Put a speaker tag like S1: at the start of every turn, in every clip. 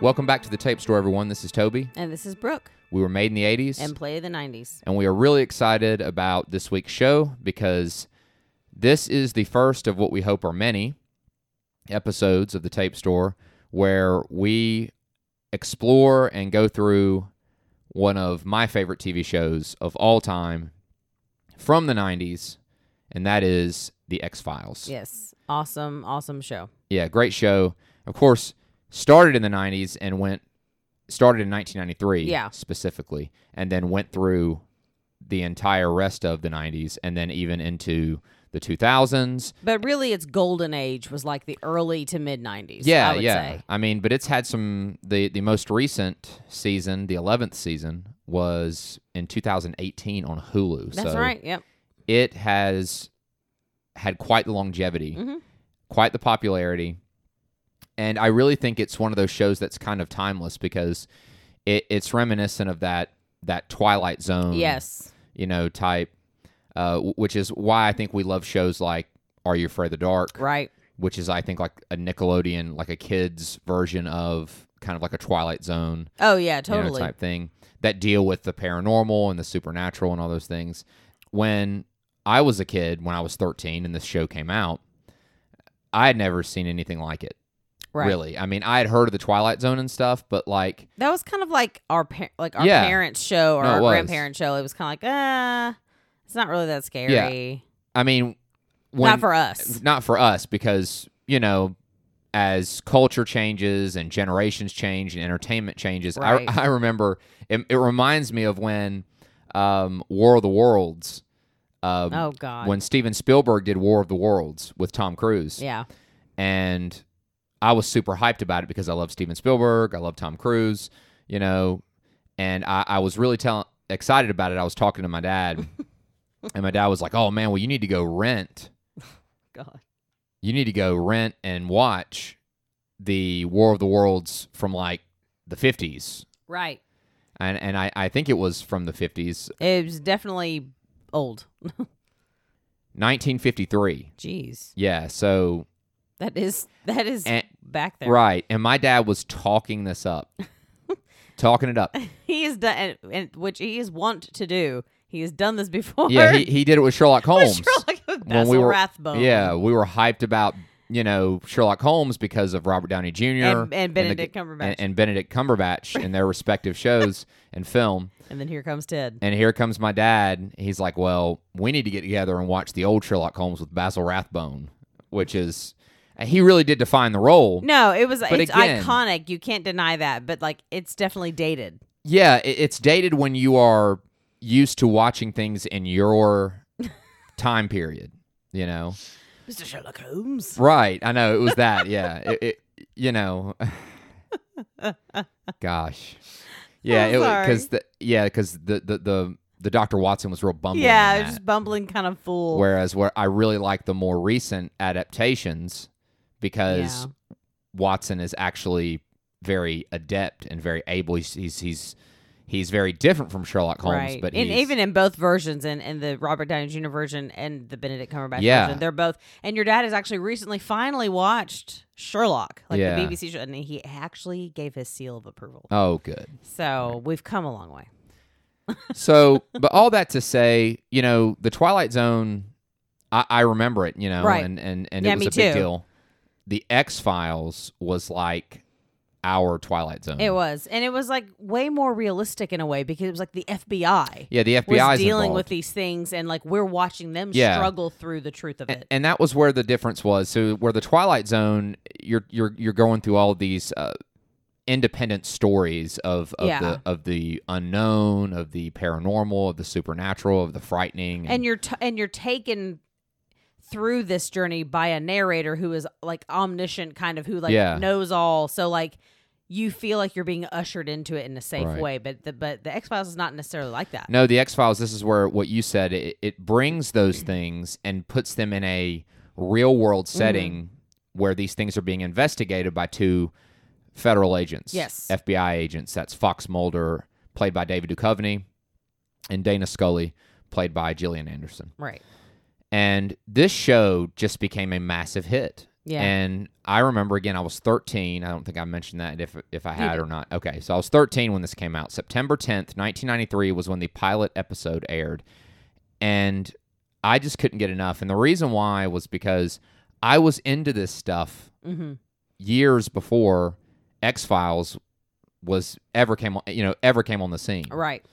S1: Welcome back to the Tape Store, everyone. This is Toby.
S2: And this is Brooke
S1: We were made in the 80s,
S2: and Play of the 90s.
S1: and we are really excited about this week's show because this is the first of what we hope are many episodes of the Tape Store where we explore and go through one of my favorite TV shows of all time from the 90s, and that is The X Files.
S2: Yes. Awesome, awesome show.
S1: Yeah, great show. Of course, started in the 90s and went started in 1993
S2: Yeah.
S1: specifically and then went through the entire rest of the 90s and then even into the 2000s.
S2: But really, its golden age was like the early to mid 90s.
S1: Yeah,
S2: I would
S1: yeah.
S2: Say.
S1: I mean, but it's had some the the most recent season, the 11th season was in 2018 on Hulu.
S2: That's
S1: so
S2: right. Yep.
S1: it has had quite the longevity,
S2: Mm-hmm.
S1: quite the popularity. And I really think it's one of those shows that's kind of timeless because it, it's reminiscent of that that Twilight Zone,
S2: Yes.
S1: you know, type, uh, w- which is why I think we love shows like Are You Afraid of the Dark,
S2: Right.
S1: which is I think like a Nickelodeon, like a kids version of kind of like a Twilight Zone
S2: Oh, yeah,
S1: you know,
S2: totally.
S1: type thing that deal with the paranormal and the supernatural and all those things. When I was a kid, when I was 13 and this show came out, I had never seen anything like it.
S2: right.
S1: Really. I mean, I had heard of the Twilight Zone and stuff, but like
S2: That was kind of like our par- like our
S1: Yeah.
S2: parents' show or
S1: No, it
S2: our
S1: was.
S2: grandparents' show. It was kind of like, ah, it's not really that scary.
S1: I mean, when
S2: not for us.
S1: not for us because, you know, as culture changes and generations change and entertainment changes,
S2: Right.
S1: I, I remember it, it reminds me of when um, War of the Worlds um,
S2: Oh, God.
S1: when Steven Spielberg did War of the Worlds with Tom Cruise.
S2: yeah.
S1: And I was super hyped about it because I love Steven Spielberg, I love Tom Cruise, you know, and I, I was really tell- excited about it. I was talking to my dad, and my dad was like, "Oh man, well you need to go rent.
S2: God.
S1: You need to go rent and watch the War of the Worlds from like the '50s."
S2: Right.
S1: And and I, I think it was from the '50s,
S2: It was definitely old.
S1: 1953.
S2: Jeez.
S1: Yeah, so
S2: That is, that is
S1: And-
S2: back there.
S1: Right. And my dad was talking this up, talking it up.
S2: He is done, and, and, which he is wont to do. He has done this before.
S1: Yeah, he, he did it with Sherlock Holmes.
S2: Sherlock with
S1: When
S2: Basil
S1: we were-
S2: Rathbone.
S1: Yeah, we were hyped about you know Sherlock Holmes because of Robert Downey Jr.
S2: and,
S1: and
S2: and
S1: the-
S2: Benedict Cumberbatch,
S1: and,
S2: and,
S1: and Benedict Cumberbatch in their respective shows and film.
S2: then here comes Ted.
S1: And here comes my dad. He's like, "Well, we need to get together and watch the old Sherlock Holmes with Basil Rathbone," which is he really did define the role.
S2: No, it was it's
S1: again-
S2: iconic. You can't deny that, but like it's definitely dated.
S1: Yeah, it, it's dated when you are used to watching things in your time period, you know.
S2: Mr. Sherlock Holmes.
S1: Right. I know it was that. Yeah. It, it you know. Gosh. Yeah,
S2: I'm
S1: it was
S2: sorry.
S1: cuz the yeah, cuz the the the the Dr. Watson was real bumbling. in
S2: Yeah, it
S1: that.
S2: was just bumbling kind of fool.
S1: Whereas where I really like the more recent adaptations because
S2: Yeah.
S1: Watson is actually very adept and very able. He's he's he's, he's very different from Sherlock Holmes,
S2: right.
S1: but
S2: and
S1: he's-
S2: even in both versions, and in, the Robert Downey Jr. version and the Benedict Cumberbatch
S1: Yeah.
S2: version, they're both. And your dad has actually recently finally watched Sherlock, like
S1: Yeah.
S2: the BBC show, and he actually gave his seal of approval.
S1: oh good.
S2: So we've come a long way.
S1: So, but all that to say, you know, the Twilight Zone, I, I remember it, you know,
S2: Right.
S1: and and and
S2: Yeah,
S1: it was a
S2: me
S1: big
S2: too.
S1: deal. The X Files was like our Twilight Zone.
S2: It was, and it was like way more realistic in a way because it was like the FBI
S1: Yeah, the
S2: was
S1: FBI is
S2: dealing
S1: involved.
S2: with these things, and like we're watching them
S1: Yeah.
S2: struggle through the truth of it.
S1: and that was where the difference was. So where the Twilight Zone, you're you're you're going through all these uh, independent stories of of
S2: Yeah.
S1: the of the unknown, of the paranormal, of the supernatural, of the frightening,
S2: and you're t- and you're taken through this journey by a narrator who is like omniscient kind of who like
S1: Yeah.
S2: knows all so like you feel like you're being ushered into it in a safe
S1: Right.
S2: way but the but the x-files is not necessarily like that
S1: No, the X Files. This is where what you said. It, it brings those things and puts them in a real world setting where these things are being investigated by two federal agents.
S2: Yes.
S1: FBI agents. That's Fox Mulder, played by David Duchovny, and Dana Scully, played by Gillian Anderson.
S2: right
S1: And this show just became a massive hit.
S2: Yeah.
S1: And I remember again, I was 13. I don't think I mentioned that if if I
S2: You
S1: had or not. Okay, so I was 13 when this came out. September 10th, 1993 was when the pilot episode aired, and I just couldn't get enough. And the reason why was because I was into this stuff
S2: mm-hmm.
S1: years before X Files was ever came on, you know ever came on the scene.
S2: Right.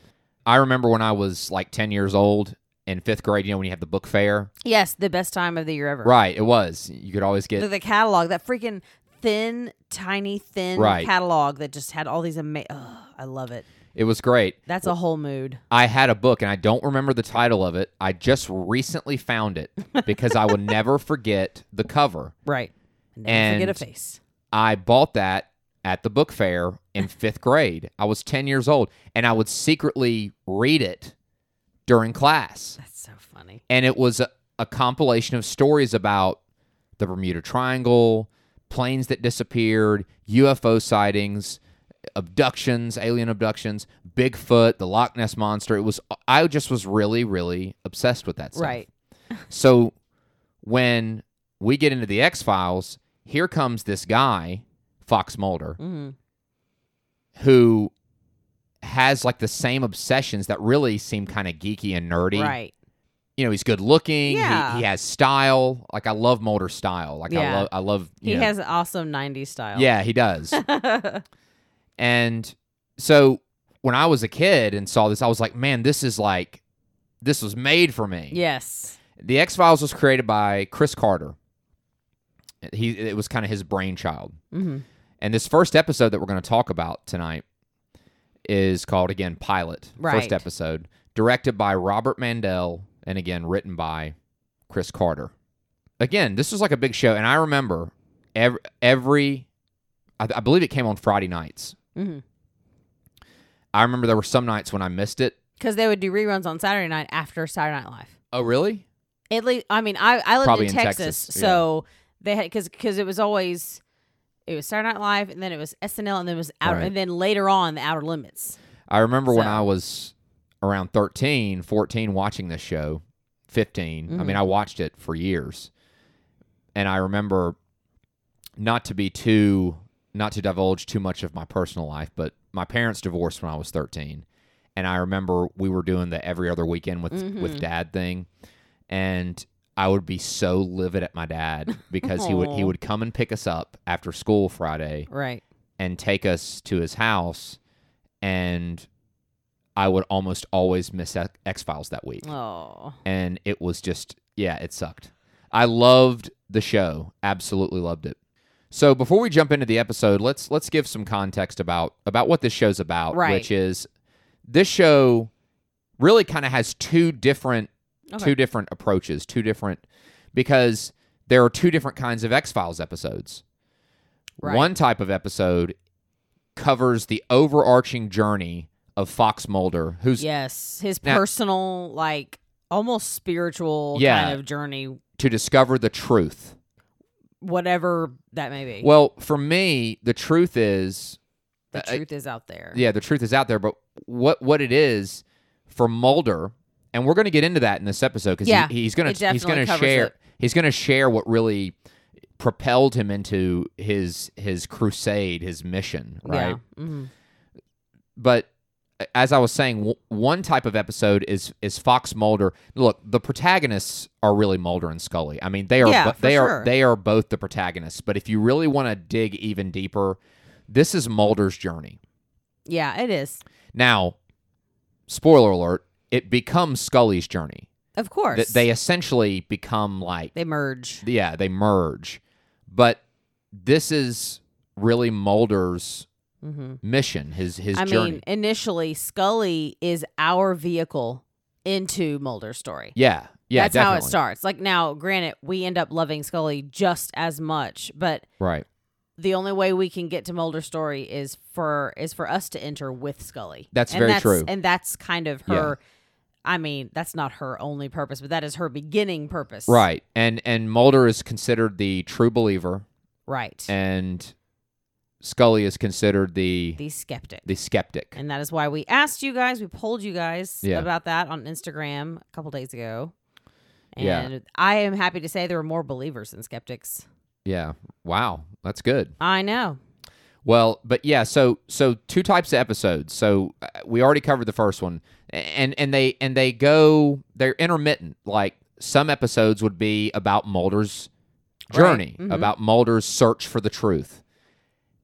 S1: I remember when I was like 10 years old in fifth grade. You know when you have the book fair,
S2: Yes, the best time of the year ever.
S1: right? It was you could always get
S2: The, the catalog, that freaking thin, tiny, thin
S1: Right.
S2: catalog that just had all these amazing. I love it.
S1: it was great.
S2: That's a whole mood.
S1: I had a book and I don't remember the title of it. I just recently found it because I will never forget the cover.
S2: Right. Never forget a
S1: And-
S2: face.
S1: I bought that at the book fair in fifth grade. I was 10 years old and I would secretly read it during class.
S2: That's so funny.
S1: And it was a, a compilation of stories about the Bermuda Triangle, planes that disappeared, UFO sightings, abductions, alien abductions, Bigfoot, the Loch Ness monster. It was I just was really really obsessed with that stuff.
S2: Right.
S1: So when we get into the X Files, here comes this guy, Fox Mulder,
S2: Mm-hmm.
S1: who has like the same obsessions that really seem kind of geeky and nerdy.
S2: Right.
S1: You know, he's good looking.
S2: Yeah.
S1: He, he has style. Like I love Mulder's style. Like I
S2: Yeah.
S1: love I love you
S2: He
S1: know-
S2: has an awesome 90s style.
S1: Yeah, he does.
S2: Yeah.
S1: And so when I was a kid and saw this, I was like, man, this is like, this was made for me.
S2: yes.
S1: The X Files was created by Chris Carter. He it was kind of his brainchild.
S2: Mm-hmm.
S1: And this first episode that we're going to talk about tonight is called again Pilot.
S2: Right.
S1: First episode, directed by Robert Mandel, and again written by Chris Carter. Again, this was like a big show, and I remember every every I, I believe it came on Friday nights.
S2: Mm-hmm.
S1: I remember there were some nights when I missed it.
S2: Because they would do reruns on Saturday night after Saturday Night Live.
S1: Oh, really?
S2: At least, I mean, I, I lived
S1: Probably
S2: in
S1: in
S2: Texas,
S1: Texas, yeah.
S2: so they had because because it was always it was Saturday Night Live, and then it was SNL, and then it was Outer,
S1: Right.
S2: and then later on the Outer Limits.
S1: I remember when
S2: So-
S1: I was around 13, 14 watching this show, 15. I
S2: Mhm.
S1: mean, I watched it for years. And I remember not to be too not to divulge too much of my personal life, but my parents divorced when I was 13. And I remember we were doing the every other weekend with with
S2: Mhm.
S1: dad thing and I would be so livid at my dad because he would he
S2: Aw.
S1: would come and pick us up after school Friday
S2: Right.
S1: and take us to his house and I would almost always miss X Files that week.
S2: Oh,
S1: And it was just yeah, it sucked. I loved the show. Absolutely loved it. So before we jump into the episode, let's let's give some context about about what this show's about,
S2: Right.
S1: which is this show really kind of has two different
S2: Okay.
S1: two different approaches, two different because there are two different kinds of X Files episodes.
S2: Right.
S1: One type of episode covers the overarching journey of Fox Mulder, who's
S2: yes, his
S1: Now-
S2: personal like almost spiritual
S1: Yeah.
S2: kind of journey,
S1: to discover the truth.
S2: whatever that may be.
S1: Well, for me, the truth is,
S2: the
S1: I-
S2: truth is out there.
S1: uh, yeah, the truth is out there. But what what it is for Mulder, and we're going to get into that in this episode because
S2: Yeah,
S1: he's going
S2: it
S1: to he's going
S2: definitely
S1: to
S2: covers
S1: share
S2: it.
S1: he's going to share what really propelled him into his his crusade, his mission, right?
S2: Yeah. hmm
S1: but as I was saying, w- one type of episode is is Fox Mulder. Look, the protagonists are really Mulder and Scully. I mean, they are
S2: Yeah,
S1: bo-
S2: for
S1: they
S2: sure.
S1: are they are both the protagonists. But if you really want to dig even deeper, this is Mulder's journey.
S2: Yeah, it is.
S1: Now, spoiler alert: it becomes Scully's journey.
S2: Of course.
S1: That they essentially become like
S2: they merge.
S1: yeah, they merge. But this is really Mulder's
S2: Mm-hmm.
S1: mission, his his
S2: I
S1: journey.
S2: mean, initially, Scully is our vehicle into Mulder's story.
S1: yeah, yeah,
S2: That's how it
S1: definitely.
S2: starts. Like now, granted, we end up loving Scully just as much, but
S1: Right.
S2: the only way we can get to Mulder's story is for is for us to enter with Scully.
S1: That's
S2: and
S1: very
S2: that's,
S1: true.
S2: And that's kind of
S1: Yeah.
S2: her. I mean, that's not her only purpose, but that is her beginning purpose.
S1: Right. And and Mulder is considered the true believer
S2: Right.
S1: and Scully is considered the the,
S2: the skeptic.
S1: skeptic.
S2: And that is why we asked you guys, we polled you guys
S1: Yeah.
S2: about that on Instagram a couple days ago. And
S1: Yeah.
S2: I am happy to say there were more believers than skeptics.
S1: Yeah. Wow. That's good.
S2: I know.
S1: Well, but yeah, so so two types of episodes. So uh, we already covered the first one, A- and and they and they go they're intermittent. Like some episodes would be about Mulder's journey,
S2: Right. Mhm.
S1: about Mulder's search for the truth,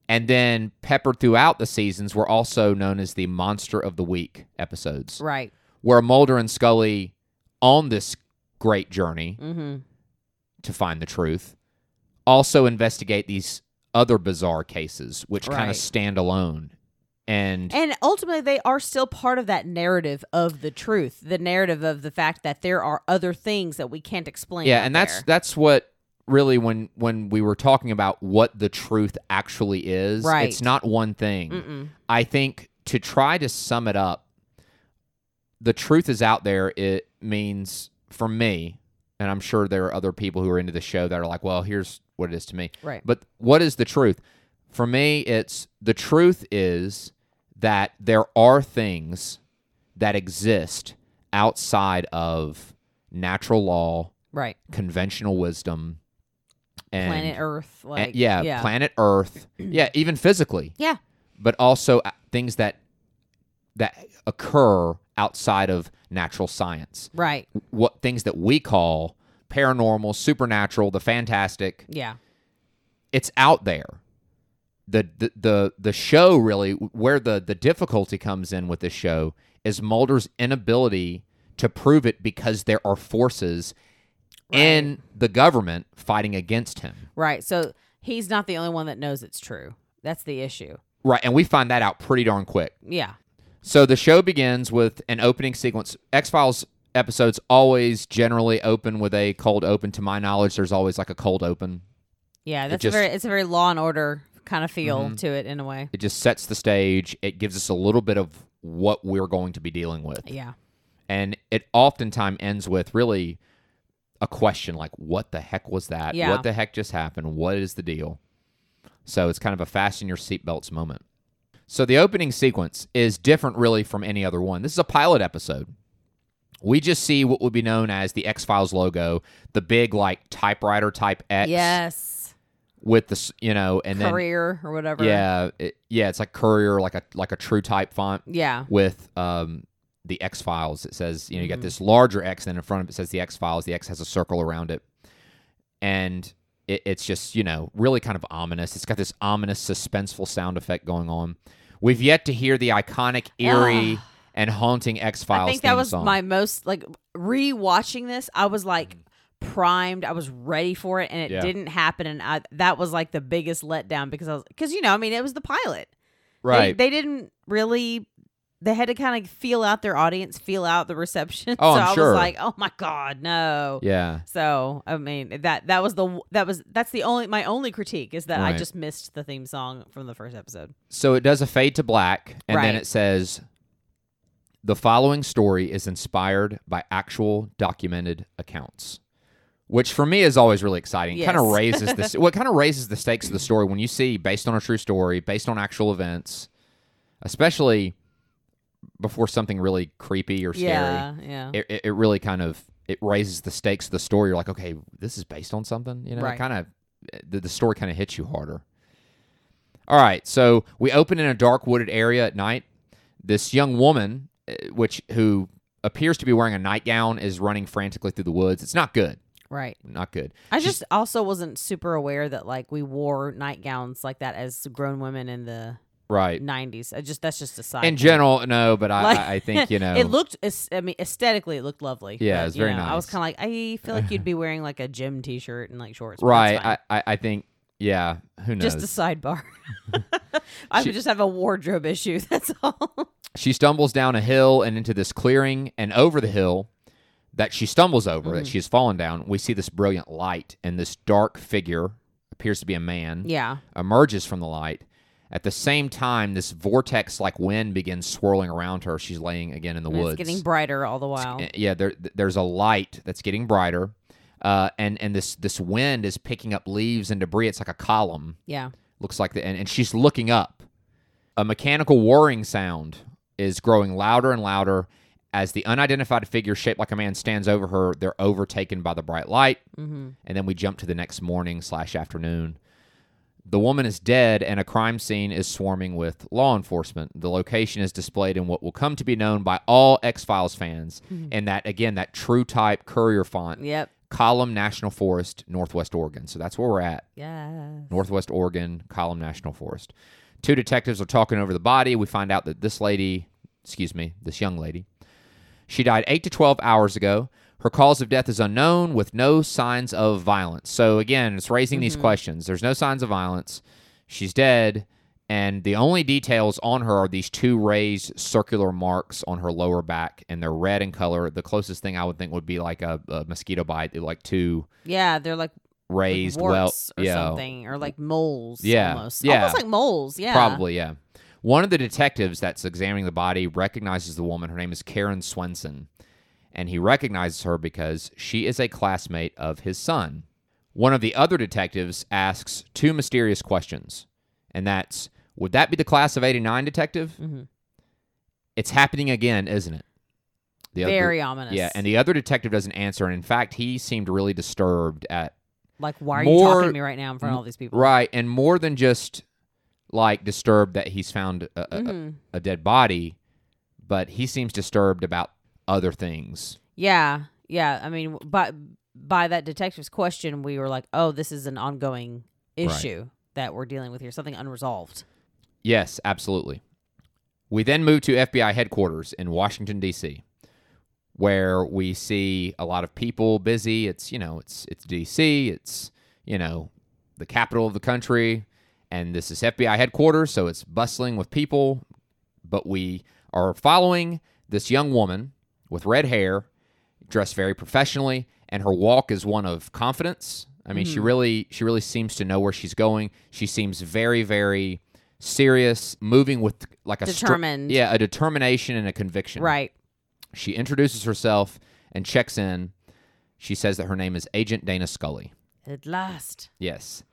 S1: and then peppered throughout the seasons were also known as the Monster of the Week episodes,
S2: Right.
S1: where Mulder and Scully on this great journey
S2: Mm-hmm.
S1: to find the truth, also investigate these other bizarre cases, which kind
S2: Right.
S1: of stand alone. And,
S2: And ultimately, they are still part of that narrative of the truth, the narrative of the fact that there are other things that we can't explain.
S1: yeah,
S2: out
S1: and that's
S2: there.
S1: that's what really when when we were talking about what the truth actually is,
S2: Right.
S1: it's not one thing.
S2: Mm-mm.
S1: I think to try to sum it up, the truth is out there. It means for me, and I'm sure there are other people who are into the show that are like, well, here's what it is to me.
S2: right.
S1: But what is the truth? For me, it's the truth is that there are things that exist outside of natural law,
S2: Right.
S1: conventional wisdom, and
S2: Planet Earth. Like,
S1: and- yeah,
S2: Yeah.
S1: planet Earth, yeah, even physically,
S2: yeah.
S1: but also uh, things that that occur outside of natural science.
S2: Right.
S1: What things that we call paranormal, supernatural, the fantastic,
S2: Yeah.
S1: it's out there. The, the the the show really where the the difficulty comes in with this show is Mulder's inability to prove it because there are forces in the government fighting against him.
S2: Right. So he's not the only one that knows it's true. That's the issue.
S1: Right, and we find that out pretty darn quick.
S2: Yeah.
S1: So the show begins with an opening sequence. X Files episodes always generally open with a cold open. To my knowledge, there's always like a cold open.
S2: Yeah. That's
S1: just- Mm-hmm.
S2: a very. It's a very Law and Order kind of feel to it in a way.
S1: It just sets the stage. It gives us a little bit of what we're going to be dealing with.
S2: Yeah.
S1: and it oftentimes ends with really a question like what the heck was that
S2: Yeah.
S1: what the heck just happened what is the deal so it's kind of a fasten your seatbelts moment so the opening sequence is different really from any other one this is a pilot episode we just see what would be known as the x-files logo the big like typewriter type x
S2: Yes.
S1: with the s- you know and
S2: Career or whatever.
S1: then yeah it, yeah it's like courier like a like a true type font
S2: Yeah.
S1: with um, the X Files. It says, you know, you
S2: Mm-hmm.
S1: got this larger X, and then in front of it says the X Files. The X has a circle around it. And it, it's just, you know, really kind of ominous. It's got this ominous, suspenseful sound effect going on. We've yet to hear the iconic, eerie, and haunting X Files.
S2: Ah. I think that was my most like re-watching this. I was like primed. I was ready for it, and it
S1: Mm. Yeah.
S2: didn't happen. And I, that was like the biggest letdown because I was because you know I mean it was the pilot. They-
S1: right.
S2: They, didn't really. They had to kind of feel out their audience, feel out the reception.
S1: Oh,
S2: so
S1: I'm
S2: I
S1: sure.
S2: was like, oh my god, no.
S1: yeah.
S2: So I mean that that was the that was that's the only my only critique is that
S1: Right.
S2: I just missed the theme song from the first episode.
S1: So it does a fade to black, and then
S2: Right.
S1: it says. The following story is inspired by actual documented accounts, which for me is always really exciting. Kind of
S2: Yes.
S1: raises this. well, it kind of raises the stakes of the story when you see based on a true story, based on actual events, especially before something really creepy or scary.
S2: Yeah, yeah,
S1: It, it, it really kind of it raises the stakes of the story. You're like, okay, this is based on something. You know,
S2: Right.
S1: kind of the, the story kind of hits you harder. All right, so we open in a dark wooded area at night. This young woman, eh, which who appears to be wearing a nightgown, is running frantically through the woods. It's not good.
S2: right.
S1: Not good.
S2: I just also wasn't super aware that like we wore nightgowns like that as grown women in the
S1: Right.
S2: nineties. I just that's just a side.
S1: In
S2: note.
S1: general, no, but I,
S2: Like-
S1: I I think you know
S2: it looked. es- I mean, aesthetically, it looked lovely.
S1: Yeah,
S2: but,
S1: it's
S2: you
S1: very
S2: know, I was
S1: nice.
S2: kind of like, I feel like you'd be wearing like a gym T-shirt and like shorts. but that's
S1: right.
S2: fine.
S1: I, I I think yeah. Who knows?
S2: just a sidebar. I
S1: She-
S2: would just have a wardrobe issue. That's all.
S1: she stumbles down a hill and into this clearing and over the hill that she stumbles over
S2: Mm.
S1: that she's fallen down we see this brilliant light and this dark figure appears to be a man
S2: yeah.
S1: emerges from the light at the same time this vortex like wind begins swirling around her she's laying again in the
S2: And
S1: woods
S2: it's getting brighter all the while.
S1: Uh, yeah there, th- there's a light that's getting brighter uh, and and this this wind is picking up leaves and debris it's like a column
S2: yeah.
S1: looks like the and, and she's looking up a mechanical whirring sound is growing louder and louder As the unidentified figure shaped like a man stands over her, they're overtaken by the bright light.
S2: Mm-hmm.
S1: And then we jump to the next morning slash afternoon. The woman is dead, and a crime scene is swarming with law enforcement. The location is displayed in what will come to be known by all X Files fans, and that again, that true type courier font,
S2: Yep.
S1: Column National Forest, Northwest Oregon. So that's where we're at.
S2: Yeah.
S1: Northwest Oregon, Column National Forest. Two detectives are talking over the body. We find out that this lady, excuse me, this young lady, she died 8 to 12 hours ago. Her cause of death is unknown with no signs of violence. So, again, it's raising these
S2: Mm-hmm.
S1: questions. There's no signs of violence. She's dead. And the only details on her are these two raised circular marks on her lower back, and they're red in color. The closest thing I would think would be like a, a mosquito bite, like two
S2: Yeah. They're like
S1: raised
S2: warts
S1: well,
S2: or
S1: yeah,
S2: something, or like moles.
S1: Yeah,
S2: Almost.
S1: yeah.
S2: Almost like moles. Yeah.
S1: Probably, yeah. One of the detectives that's examining the body recognizes the woman. Her name is Karen Swenson. And he recognizes her because she is a classmate of his son. One of the other detectives asks two mysterious questions. And that's Would that be the class of 89 detective?
S2: Mhm.
S1: It's happening again, isn't it? The other-
S2: Very ominous.
S1: yeah, and the other detective doesn't answer, and in fact, he seemed really disturbed at
S2: like, why are you
S1: more-
S2: talking to me right now in front of all these people?
S1: Right, and more than just like disturbed that he's found a, a,
S2: Mhm.
S1: a dead body, but he seems disturbed about other things.
S2: Yeah. Yeah. I mean, by by that detective's question, we were like, oh, this is an ongoing issue that we're dealing with here, something unresolved.
S1: Yes, absolutely. We then move to FBI headquarters in Washington D.C., where we see a lot of people busy. It's you know it's it's D.C. It's you know the capital of the country, and this is FBI headquarters, so it's bustling with people. But we are following this young woman with red hair, dressed very professionally, and her walk is one of confidence. I mean, she really she really seems to know where she's going. She seems very very serious, moving with like a str-
S2: Determined.
S1: yeah, a determination and a conviction.
S2: Right.
S1: She introduces herself and checks in. She says that her name is Agent Dana Scully.
S2: At last.
S1: Yes.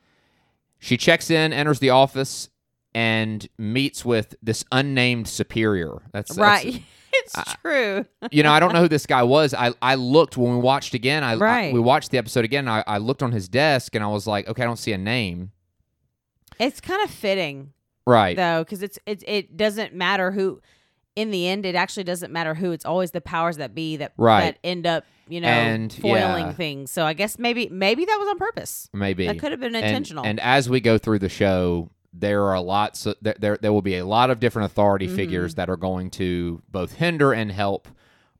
S1: She checks in, enters the office, and meets with this unnamed superior. That's that's-
S2: right. it's true.
S1: you know, I don't know who this guy was. I, I looked when we watched again. I, I-
S2: Right.
S1: we watched the episode again. And I, I looked on his desk and I was like, okay, I don't see a name.
S2: It's kind of fitting
S1: Right.
S2: though, because it's it it doesn't matter who. In the end, it actually doesn't matter who. It's always the powers that be that
S1: Right.
S2: that end up you know
S1: And,
S2: foiling
S1: yeah.
S2: things. So I guess maybe maybe that was on purpose.
S1: Maybe
S2: That could have been
S1: And-
S2: intentional.
S1: And, as we go through the show, there are lots. Of, there, there there will be a lot of different authority
S2: Mm-hmm.
S1: figures that are going to both hinder and help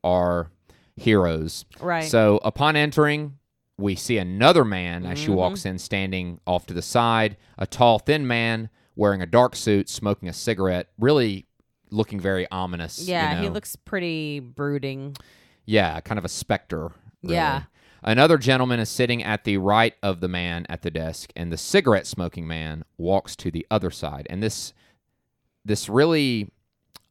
S1: our heroes.
S2: Right.
S1: So upon entering, we see another man as she
S2: Mhm.
S1: walks in, standing off to the side, a tall, thin man wearing a dark suit, smoking a cigarette, really looking very ominous. you
S2: yeah, he
S1: know.
S2: looks pretty brooding.
S1: Yeah, kind of a specter. really.
S2: Yeah.
S1: Another gentleman is sitting at the right of the man at the desk, and the cigarette smoking man walks to the other side. And this this really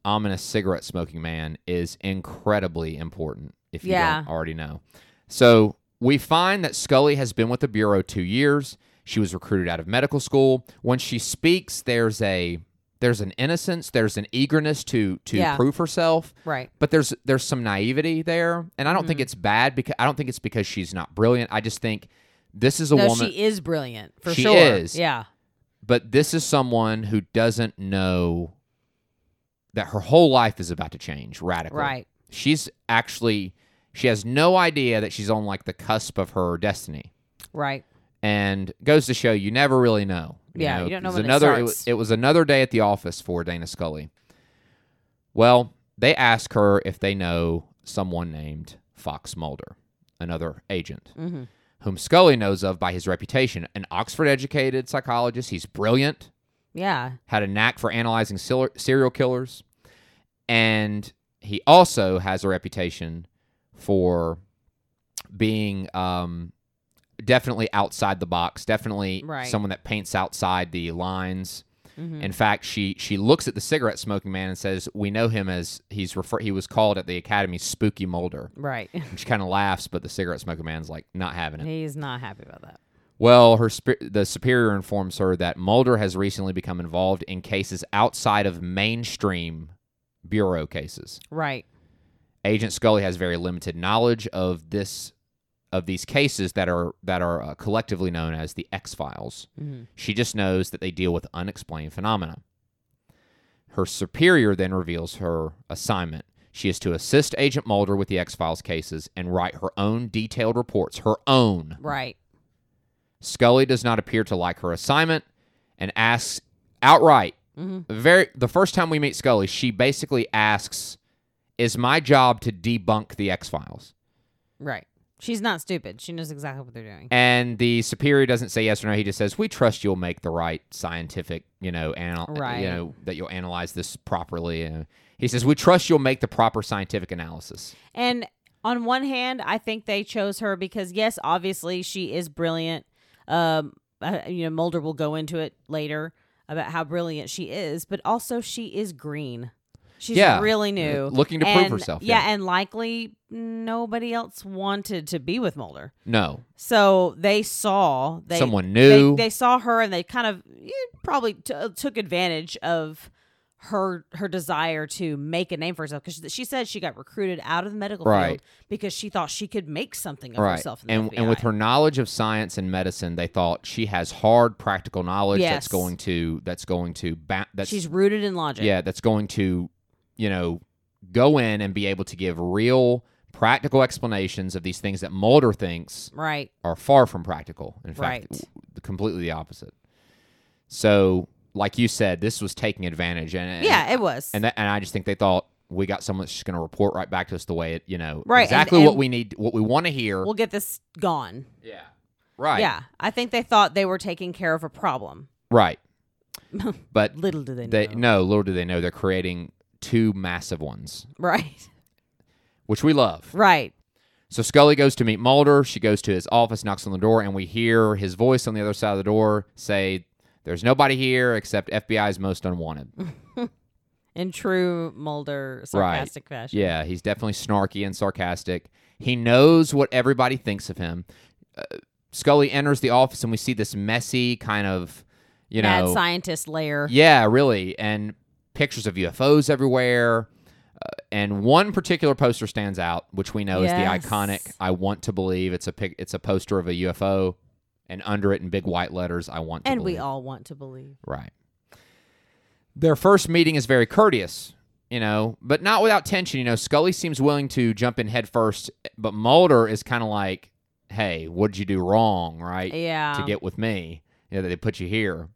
S1: ominous cigarette smoking man is incredibly important if you
S2: Yeah.
S1: don't already know. So we find that Scully has been with the Bureau two years. She was recruited out of medical school. When she speaks, there's a there's an innocence, there's an eagerness to to
S2: Yeah.
S1: prove herself
S2: Right.
S1: but there's there's some naivety there and i don't
S2: Mm.
S1: think it's bad because i don't think it's because she's not brilliant i just think this is a
S2: no,
S1: woman
S2: she is brilliant for
S1: She
S2: sure.
S1: is.
S2: Yeah.
S1: but this is someone who doesn't know that her whole life is about to change radically
S2: Right.
S1: she's actually she has no idea that she's on like the cusp of her destiny
S2: Right.
S1: and goes to show you never really know.
S2: Yeah, you don't know
S1: it was
S2: when it
S1: another.
S2: starts.
S1: was, it was another day at the office for Dana Scully. Well, they ask her if they know someone named Fox Mulder, another agent
S2: Mm-hmm.
S1: whom Scully knows of by his reputation. An Oxford-educated psychologist, he's brilliant
S2: Yeah.
S1: had a knack for analyzing sil- serial killers, and he also has a reputation for being um, definitely outside the box, definitely
S2: Right.
S1: someone that paints outside the lines.
S2: Mm-hmm.
S1: In fact, she she looks at the cigarette smoking man and says, "We know him as he's refer- he was called at the academy Spooky Mulder."
S2: Right.
S1: And she kind of laughs, but the cigarette smoking man's like not having it.
S2: He's not happy about that.
S1: Well, her sp- the superior informs her that Mulder has recently become involved in cases outside of mainstream bureau cases,
S2: Right.
S1: Agent Scully has very limited knowledge of this of these cases that are that are uh, collectively known as the X Files.
S2: Mm-hmm.
S1: She just knows that they deal with unexplained phenomena. Her superior then reveals her assignment. She is to assist Agent Mulder with the X Files cases and write her own detailed reports, her own.
S2: Right.
S1: Scully does not appear to like her assignment and asks outright.
S2: Mhm.
S1: Very the first time we meet Scully, she basically asks, "Is my job to debunk the X Files?"
S2: Right. She's not stupid. She knows exactly what they're doing.
S1: And the superior doesn't say yes or no. He just says, "We trust you'll make the right scientific, you know, anal-
S2: Right.
S1: you know, that you'll analyze this properly." And he says, "We trust you'll make the proper scientific analysis."
S2: And on one hand, I think they chose her because yes, obviously she is brilliant. Um, uh, you know, Mulder will go into it later about how brilliant she is, but also she is green. She's
S1: Yeah.
S2: really new,
S1: Looking to prove
S2: and-
S1: herself,
S2: Yeah,
S1: yeah.
S2: and likely nobody else wanted to be with Mulder,
S1: No,
S2: so they saw they
S1: someone
S2: they-
S1: new.
S2: They, saw her and they kind of eh, probably t- took advantage of her her desire to make a name for herself because she said she got recruited out of the medical
S1: Right.
S2: field because she thought she could make something of herself. In the
S1: and and with her
S2: FBI.
S1: knowledge of science and medicine, they thought she has hard practical knowledge
S2: Yes.
S1: that's going to that's going to ba- that's
S2: she's rooted in logic.
S1: yeah that's going to you know go in and be able to give real practical explanations of these things that Mulder thinks
S2: right.
S1: are far from practical. In fact,
S2: Right.
S1: w- completely the opposite. So, like you said, this was taking advantage, and, and
S2: yeah, it was.
S1: and that, and I just think they thought we got someone that's just going to report right back to us the way it, you know,
S2: Right, and-
S1: exactly what
S2: and-
S1: we need, what we want to hear.
S2: we'll get this gone.
S1: yeah, right.
S2: Yeah, I think they thought they were taking care of a problem.
S1: Right. but
S2: Little do they know.
S1: they no, little do they know they're creating two massive ones,
S2: Right.
S1: which we love.
S2: Right.
S1: So Scully goes to meet Mulder. She goes to his office, knocks on the door, and we hear his voice on the other side of the door say, "There's nobody here except FBI's most unwanted."
S2: In true Mulder
S1: Right.
S2: sarcastic fashion.
S1: yeah, he's definitely snarky and sarcastic. He knows what everybody thinks of him. Uh, Scully enters the office, and we see this messy kind of, you
S2: Mad
S1: know,
S2: scientist layer.
S1: Yeah, really. And pictures of UFOs everywhere. Uh, and one particular poster stands out, which we know
S2: Yes.
S1: is the iconic "I want to believe." It's a pic- it's a poster of a UFO, and under it in big white letters, "I want to
S2: and
S1: believe."
S2: we all want to believe.
S1: right. Their first meeting is very courteous, you know, but not without tension. You know, Scully seems willing to jump in head first, but Mulder is kind of like, "Hey, what'd you do wrong?" Right?
S2: Yeah.
S1: to get with me. You know, that they put you here.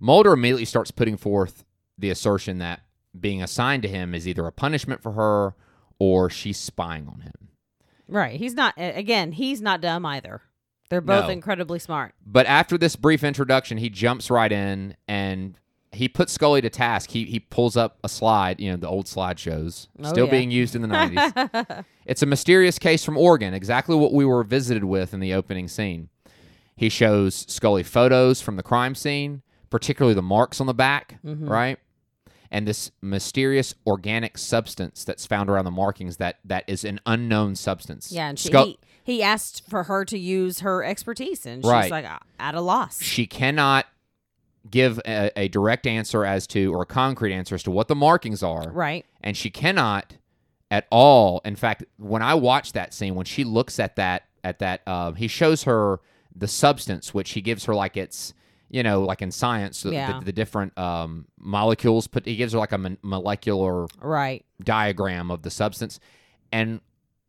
S1: Mulder immediately starts putting forth the assertion that being assigned to him is either a punishment for her or she's spying on him.
S2: Right. He's not, a- again, he's not dumb either. They're both
S1: No.
S2: incredibly smart.
S1: But after this brief introduction, he jumps right in and he puts Scully to task. He he pulls up a slide, you know, the old slideshows,
S2: Oh,
S1: still
S2: yeah.
S1: being used in the 90s. It's a mysterious case from Oregon, exactly what we were visited with in the opening scene. He shows Scully photos from the crime scene, particularly the marks on the back,
S2: Mm-hmm.
S1: right? And this mysterious organic substance that's found around the markings that that is an unknown substance.
S2: yeah. And she,
S1: Scu-
S2: he, he asked for her to use her expertise, and she's
S1: Right.
S2: like, "Uh, at a loss.
S1: she cannot give a, a direct answer as to or a concrete answer as to what the markings are.
S2: Right.
S1: and she cannot at all. In fact, when I watch that scene, when she looks at that at that, uh, he shows her the substance, which he gives her like it's you know like in science the,
S2: Yeah.
S1: the, the different um, molecules. Put he gives her like a mon- molecular
S2: Right.
S1: diagram of the substance, and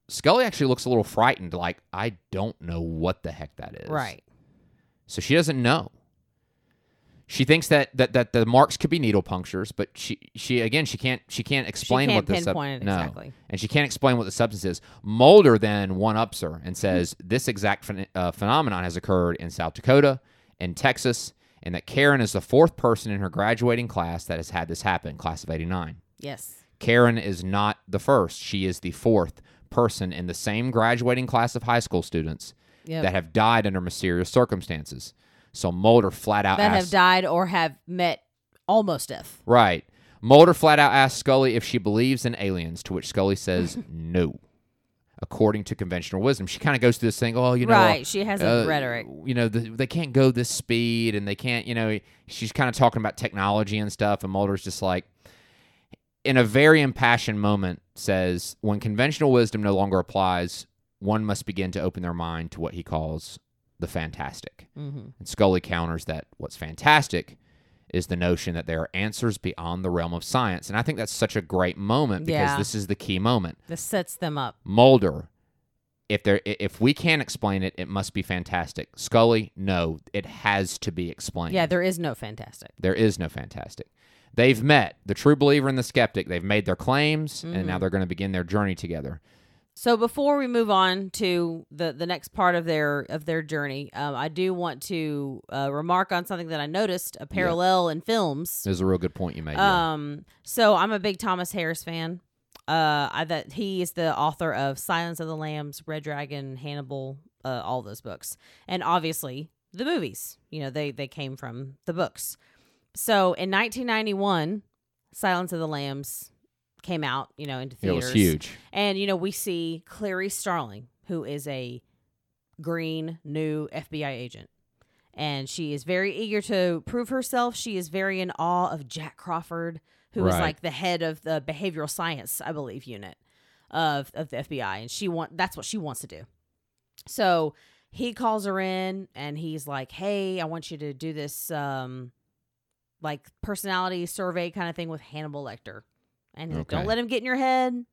S1: Scully actually looks a little frightened, like I don't know what the heck that is.
S2: Right.
S1: So she doesn't know. She thinks that, that, that the marks could be needle punctures, but she, she again she can't she can't explain
S2: can't
S1: what the sub-
S2: pinpoint it
S1: no.
S2: exactly.
S1: and she can't explain what the substance is. Mulder then one ups her
S2: Mm-hmm.
S1: and says this exact phen- uh, phenomenon has occurred in South Dakota and Texas, and that Karen is the fourth person in her graduating class that has had this happen, class of '89.
S2: Yes.
S1: Karen is not the first; she is the fourth person in the same graduating class of high school students
S2: Yep.
S1: that have died under mysterious circumstances. So Mulder flat out
S2: That have
S1: asked,
S2: died or have met almost death.
S1: right. Mulder flat out asks Scully if she believes in aliens, to which Scully says no, according to conventional wisdom. She kind of goes through this thing, oh, you know,
S2: right. She has a
S1: uh,
S2: rhetoric.
S1: You know, the, they can't go this speed, and they can't. You know, she's kind of talking about technology and stuff, and Mulder's just like, in a very impassioned moment, says, When conventional wisdom no longer applies, one must begin to open their mind to what he calls the fantastic.
S2: Mm-hmm.
S1: And Scully counters that what's fantastic is the notion that there are answers beyond the realm of science. And I think that's such a great moment because
S2: Yeah.
S1: this is the key moment.
S2: This sets them up.
S1: Mulder, if there i- if we can't explain it, it must be fantastic. Scully, no, it has to be explained.
S2: Yeah, there is no fantastic.
S1: There is no fantastic. They've met the true believer and the skeptic. They've made their claims, and
S2: Mm-hmm.
S1: now they're going to begin their journey together.
S2: So before we move on to the the next part of their of their journey, um, I do want to uh, remark on something that I noticed a parallel in films.
S1: This is a real good point you made. yeah.
S2: Um, so I'm a big Thomas Harris fan. Uh, I, that he is the author of Silence of the Lambs, Red Dragon, Hannibal, uh, all those books, and obviously the movies. You know, they they came from the books. So in 1991, Silence of the Lambs came out. You know, into
S1: it
S2: theaters.
S1: was huge.
S2: And you know, we see Clary Starling, who is a green new FBI agent. And she is very eager to prove herself. She is very in awe of Jack Crawford, who is
S1: Right.
S2: like the head of the behavioral science, I believe, unit of of the FBI. And she want that's what she wants to do. So he calls her in and he's like, "Hey, I want you to do this um like personality survey kind of thing with Hannibal Lecter." And he's like,
S1: Okay.
S2: "Don't let him get in your head."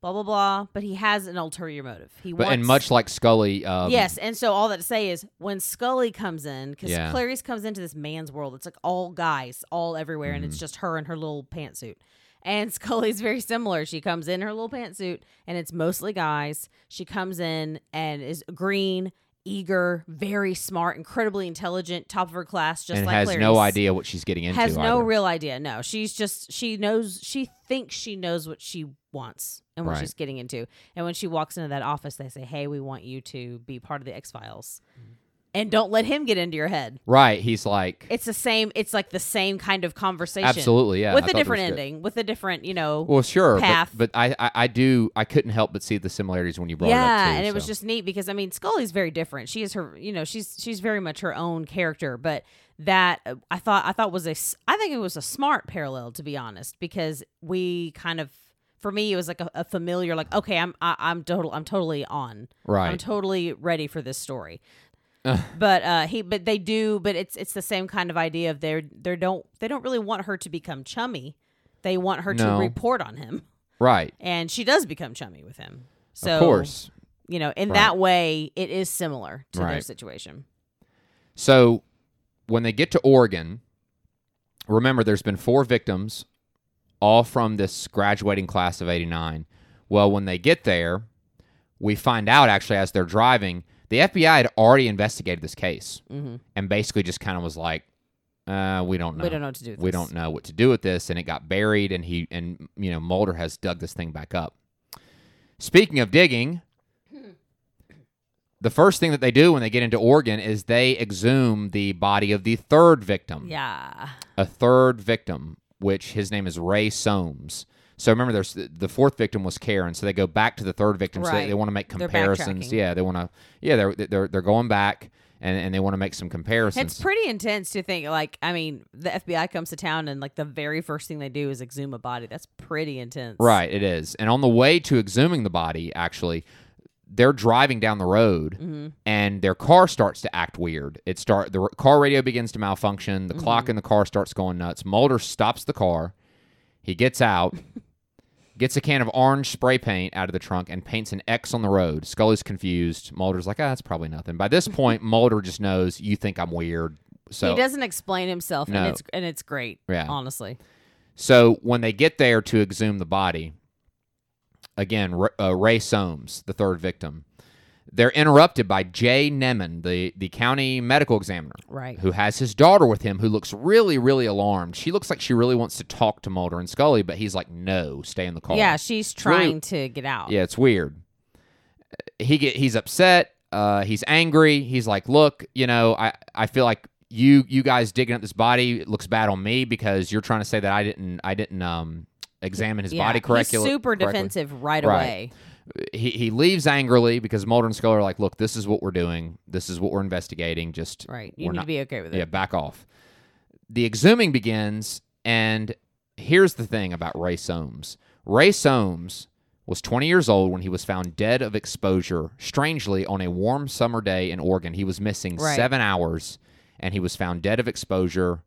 S2: Blah blah blah. But he has an ulterior motive. He
S1: But
S2: wants
S1: and much like Scully, um,
S2: yes, and so all that to say is when Scully comes in, because
S1: Yeah.
S2: Clarice comes into this man's world, it's like all guys, all everywhere, and it's
S1: Mm.
S2: just her in her little pantsuit. And Scully's very similar. She comes in her little pantsuit, and it's mostly guys. She comes in and is green, eager, very smart, incredibly intelligent, top of her class, just
S1: and
S2: like
S1: has
S2: Clarice.
S1: no idea what she's getting into.
S2: Has no
S1: either.
S2: real idea. No, she's just she knows she thinks she knows what she wants and what
S1: Right.
S2: she's getting into. And when she walks into that office, they say, "Hey, we want you to be part of the X Files, and don't let him get into your head."
S1: right. He's like,
S2: It's the same. It's like the same kind of conversation,
S1: absolutely, yeah. I
S2: with
S1: thought
S2: a
S1: that was
S2: different
S1: good.
S2: ending, with a different, you know,
S1: Well, sure, but-
S2: path.
S1: But, I, I, I do, I couldn't help but see the similarities when you brought it up.
S2: yeah
S1: too,
S2: and it was
S1: so.
S2: just neat because i mean scully's very different she is her you know she's she's very much her own character but that uh, i thought i thought was a s- i think it was a smart parallel to be honest because we kind of for me it was like a, a familiar like okay i'm I, i'm total i'm totally on i'm
S1: right.
S2: totally ready for this story but uh he but they do but it's it's the same kind of idea of they're they don't they don't really want her to become chummy they want her
S1: No.
S2: to report on him
S1: right.
S2: and she does become chummy with him so
S1: of course.
S2: you know, in
S1: Right.
S2: that way, it is similar to their
S1: Right.
S2: situation.
S1: So when they get to Oregon, remember there's been four victims, all from this graduating class of 89. Well, when they get there, we find out actually as they're driving, the FBI had already investigated this case
S2: Mm-hmm.
S1: and basically just kind of was like, uh, we don't know.
S2: We don't know what to do. With
S1: We
S2: this.
S1: don't know what to do with this, and it got buried. And he and you know Mulder has dug this thing back up. Speaking of digging, the first thing that they do when they get into Oregon is they exhume the body of the third victim.
S2: Yeah,
S1: A third victim, which his name is Ray Soames. So remember, there's the fourth victim was Karen. So they go back to the third victim. So they,
S2: Right.
S1: want to make
S2: They're
S1: comparisons.
S2: backtracking.
S1: Yeah, they want to. Yeah, they're they're they're going back and and they want to make some comparisons.
S2: it's pretty intense to think. Like, I mean, the FBI comes to town, and like the very first thing they do is exhume a body. That's pretty intense,
S1: Right, it is. And on the way to exhuming the body, actually, they're driving down the road
S2: Mm-hmm.
S1: and their car starts to act weird. It start the r- car radio begins to malfunction, the clock
S2: Mm-hmm.
S1: in the car starts going nuts. Mulder stops the car. He gets out, gets a can of orange spray paint out of the trunk and paints an X on the road. Scully's confused. Mulder's like, "Ah, that's probably nothing." By this point, Mulder just knows you think I'm weird. So
S2: he doesn't explain himself,
S1: No.
S2: and it's and it's great.
S1: Yeah.
S2: honestly,
S1: So when they get there to exhume the body, again, R- uh, Ray Soames, the third victim, they're interrupted by Jay Neman, the, the county medical examiner,
S2: right?
S1: who has his daughter with him, who looks really, really alarmed. She looks like she really wants to talk to Mulder and Scully, but he's like, no, stay in the car.
S2: Yeah, she's
S1: really-
S2: trying to get out.
S1: Yeah, it's weird. He get he's upset. Uh, he's angry. He's like, look, you know, I I feel like you you guys digging up this body it looks bad on me because you're trying to say that I didn't I didn't um examine his
S2: Yeah,
S1: body
S2: he's
S1: correctly.
S2: super
S1: correctly."
S2: defensive
S1: Right.
S2: right, away.
S1: He he leaves angrily because Mulder and Scully are like, look, this is what we're doing. This is what we're investigating. Just
S2: Right, you
S1: We're
S2: need
S1: not-
S2: to be okay with it.
S1: yeah, back off. The exhuming begins, and here's the thing about Ray Soames. Ray Soames was 20 years old when he was found dead of exposure, strangely, on a warm summer day in Oregon. He was missing
S2: Right.
S1: seven hours, and he was found dead of exposure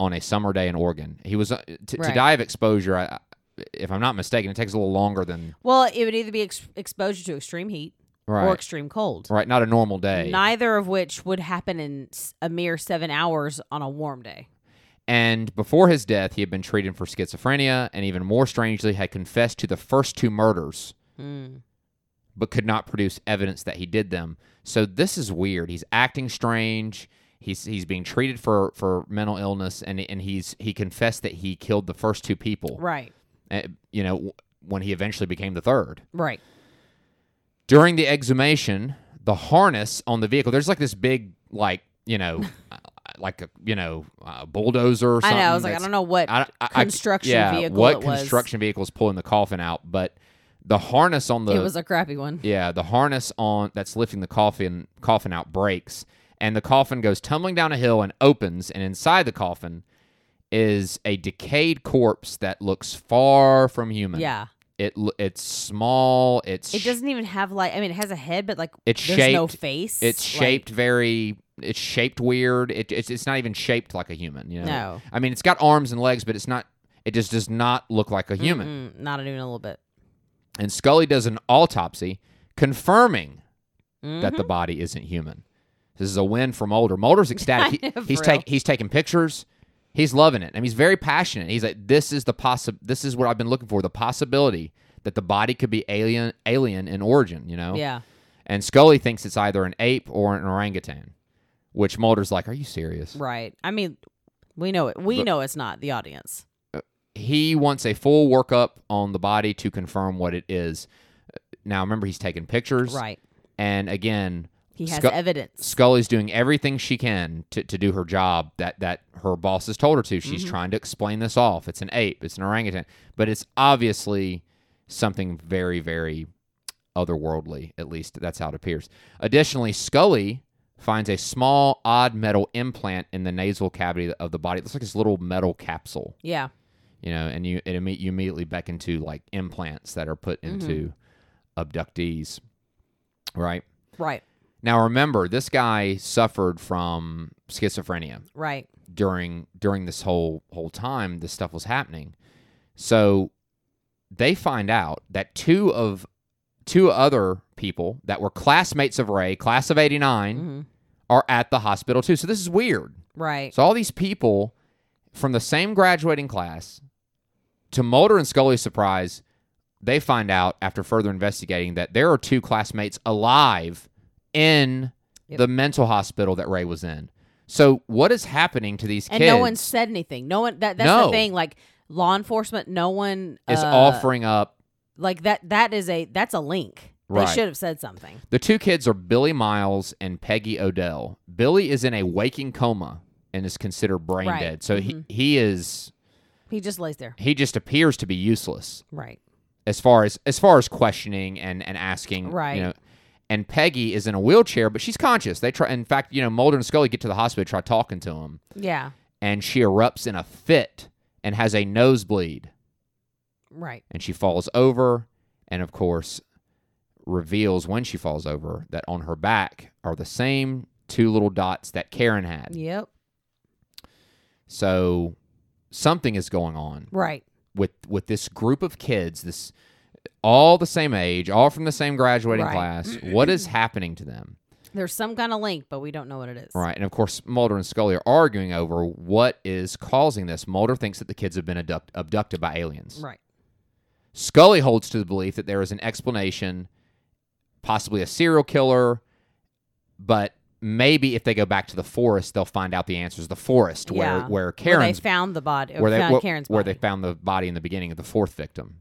S1: on a summer day in Oregon. He was uh, to- to
S2: Right.
S1: die of exposure. I, I- if I'm not mistaken, it takes a little longer than
S2: Well, it would either be ex- exposure to extreme heat
S1: right,
S2: or extreme cold.
S1: right, not a normal day.
S2: Neither of which would happen in s- a mere seven hours on a warm day.
S1: And before his death, he had been treated for schizophrenia, and even more strangely, had confessed to the first two murders. Hmm.
S2: Mm.
S1: but could not produce evidence that he did them. So this is weird. He's acting strange. He's he's being treated for for mental illness, and and he's he confessed that he killed the first two people.
S2: Right.
S1: uh, you know w- when he eventually became the third.
S2: Right.
S1: During the exhumation, the harness on the vehicle. There's like this big like you know. uh, Like a you know uh, bulldozer or
S2: I
S1: something.
S2: know. I was like, I don't know what
S1: I, I- I-
S2: construction
S1: yeah,
S2: vehicle
S1: What
S2: it was.
S1: construction vehicle is pulling the coffin out? But the harness on the
S2: it was a crappy one.
S1: yeah, the harness on that's lifting the coffin coffin out breaks, and the coffin goes tumbling down a hill and opens, and inside the coffin is a decayed corpse that looks far from human.
S2: Yeah.
S1: it lo- it's small. It's
S2: It doesn't even have like I mean it has a head, but like
S1: It's
S2: there's no
S1: shaped-
S2: face.
S1: It's
S2: Like,
S1: shaped very. It's shaped weird. It, it's it's not even shaped like a human. You know.
S2: No.
S1: I mean, it's got arms and legs, but it's not. It just does not look like a human.
S2: Mm, not even a little bit.
S1: And Scully does an autopsy, confirming
S2: Mhm.
S1: that the body isn't human. This is a win for Mulder. Mulder's ecstatic.
S2: I
S1: He-
S2: know,
S1: he's
S2: for
S1: taking
S2: real.
S1: he's taking pictures. He's loving it. I mean, he's very passionate. He's like, this is the possi- This is what I've been looking for. The possibility that the body could be alien, alien in origin. You know.
S2: Yeah.
S1: And Scully thinks it's either an ape or an orangutan, which Mulder's like, are you serious?
S2: Right. I mean, we know it. We
S1: But-
S2: know it's not the audience.
S1: He wants a full workup on the body to confirm what it is. Now, remember, he's taking pictures.
S2: Right.
S1: And again,
S2: He has
S1: Scu-
S2: evidence.
S1: Scully's doing everything she can to, to do her job that, that her boss has told her to. She's trying to explain this off. It's an ape, it's an orangutan, but it's obviously something very, very otherworldly, at least that's how it appears. Additionally, Scully finds a small, odd metal implant in the nasal cavity of the body. It looks like this little metal capsule
S2: Yeah.
S1: you know, and you it imme- you immediately beckon to like implants that are put into abductees, right?
S2: Right.
S1: Now remember, this guy suffered from schizophrenia
S2: Right.
S1: during during this whole whole time this stuff was happening. So they find out that two of two other people that were classmates of Ray, class of 89,
S2: hmm
S1: are at the hospital too. So this is weird.
S2: Right.
S1: So all these people from the same graduating class, to Mulder and Scully's surprise, they find out after further investigating that there are two classmates alive in
S2: Yep.
S1: the mental hospital that Ray was in. So what is happening to these
S2: and
S1: kids?
S2: no one said anything. No one. That, that's
S1: No.
S2: the thing. Like law enforcement. No one
S1: is
S2: uh,
S1: offering up.
S2: Like that. That is a. That's a link.
S1: Right.
S2: They should have said something.
S1: The two kids are Billy Miles and Peggy Odell. Billy is in a waking coma and is considered brain
S2: Right. Mm-hmm.
S1: dead. So he, he is
S2: He just lays there.
S1: he just appears to be useless.
S2: Right.
S1: as far as as far as questioning and and asking
S2: Right.
S1: you know and Peggy is in a wheelchair but she's conscious they try in fact you know Mulder and Scully get to the hospital try talking to him
S2: Yeah.
S1: and she erupts in a fit and has a nosebleed
S2: Right.
S1: and she falls over and of course reveals when she falls over that on her back are the same two little dots that Karen had
S2: Yep.
S1: so something is going on
S2: Right.
S1: with with this group of kids, this all the same age, all from the same graduating
S2: Right.
S1: class. what is happening to them?
S2: There's some kind of link, but we don't know what it is.
S1: Right. And of course, Mulder and Scully are arguing over what is causing this. Mulder thinks that the kids have been abduct- abducted by aliens.
S2: Right.
S1: Scully holds to the belief that there is an explanation, possibly a serial killer, but maybe if they go back to the forest, they'll find out the answers. The forest
S2: Yeah.
S1: where where
S2: where
S1: Karen's
S2: they found the body. Or
S1: where they
S2: found
S1: wh-
S2: Karen's body.
S1: where they found the body in the beginning of the fourth victim.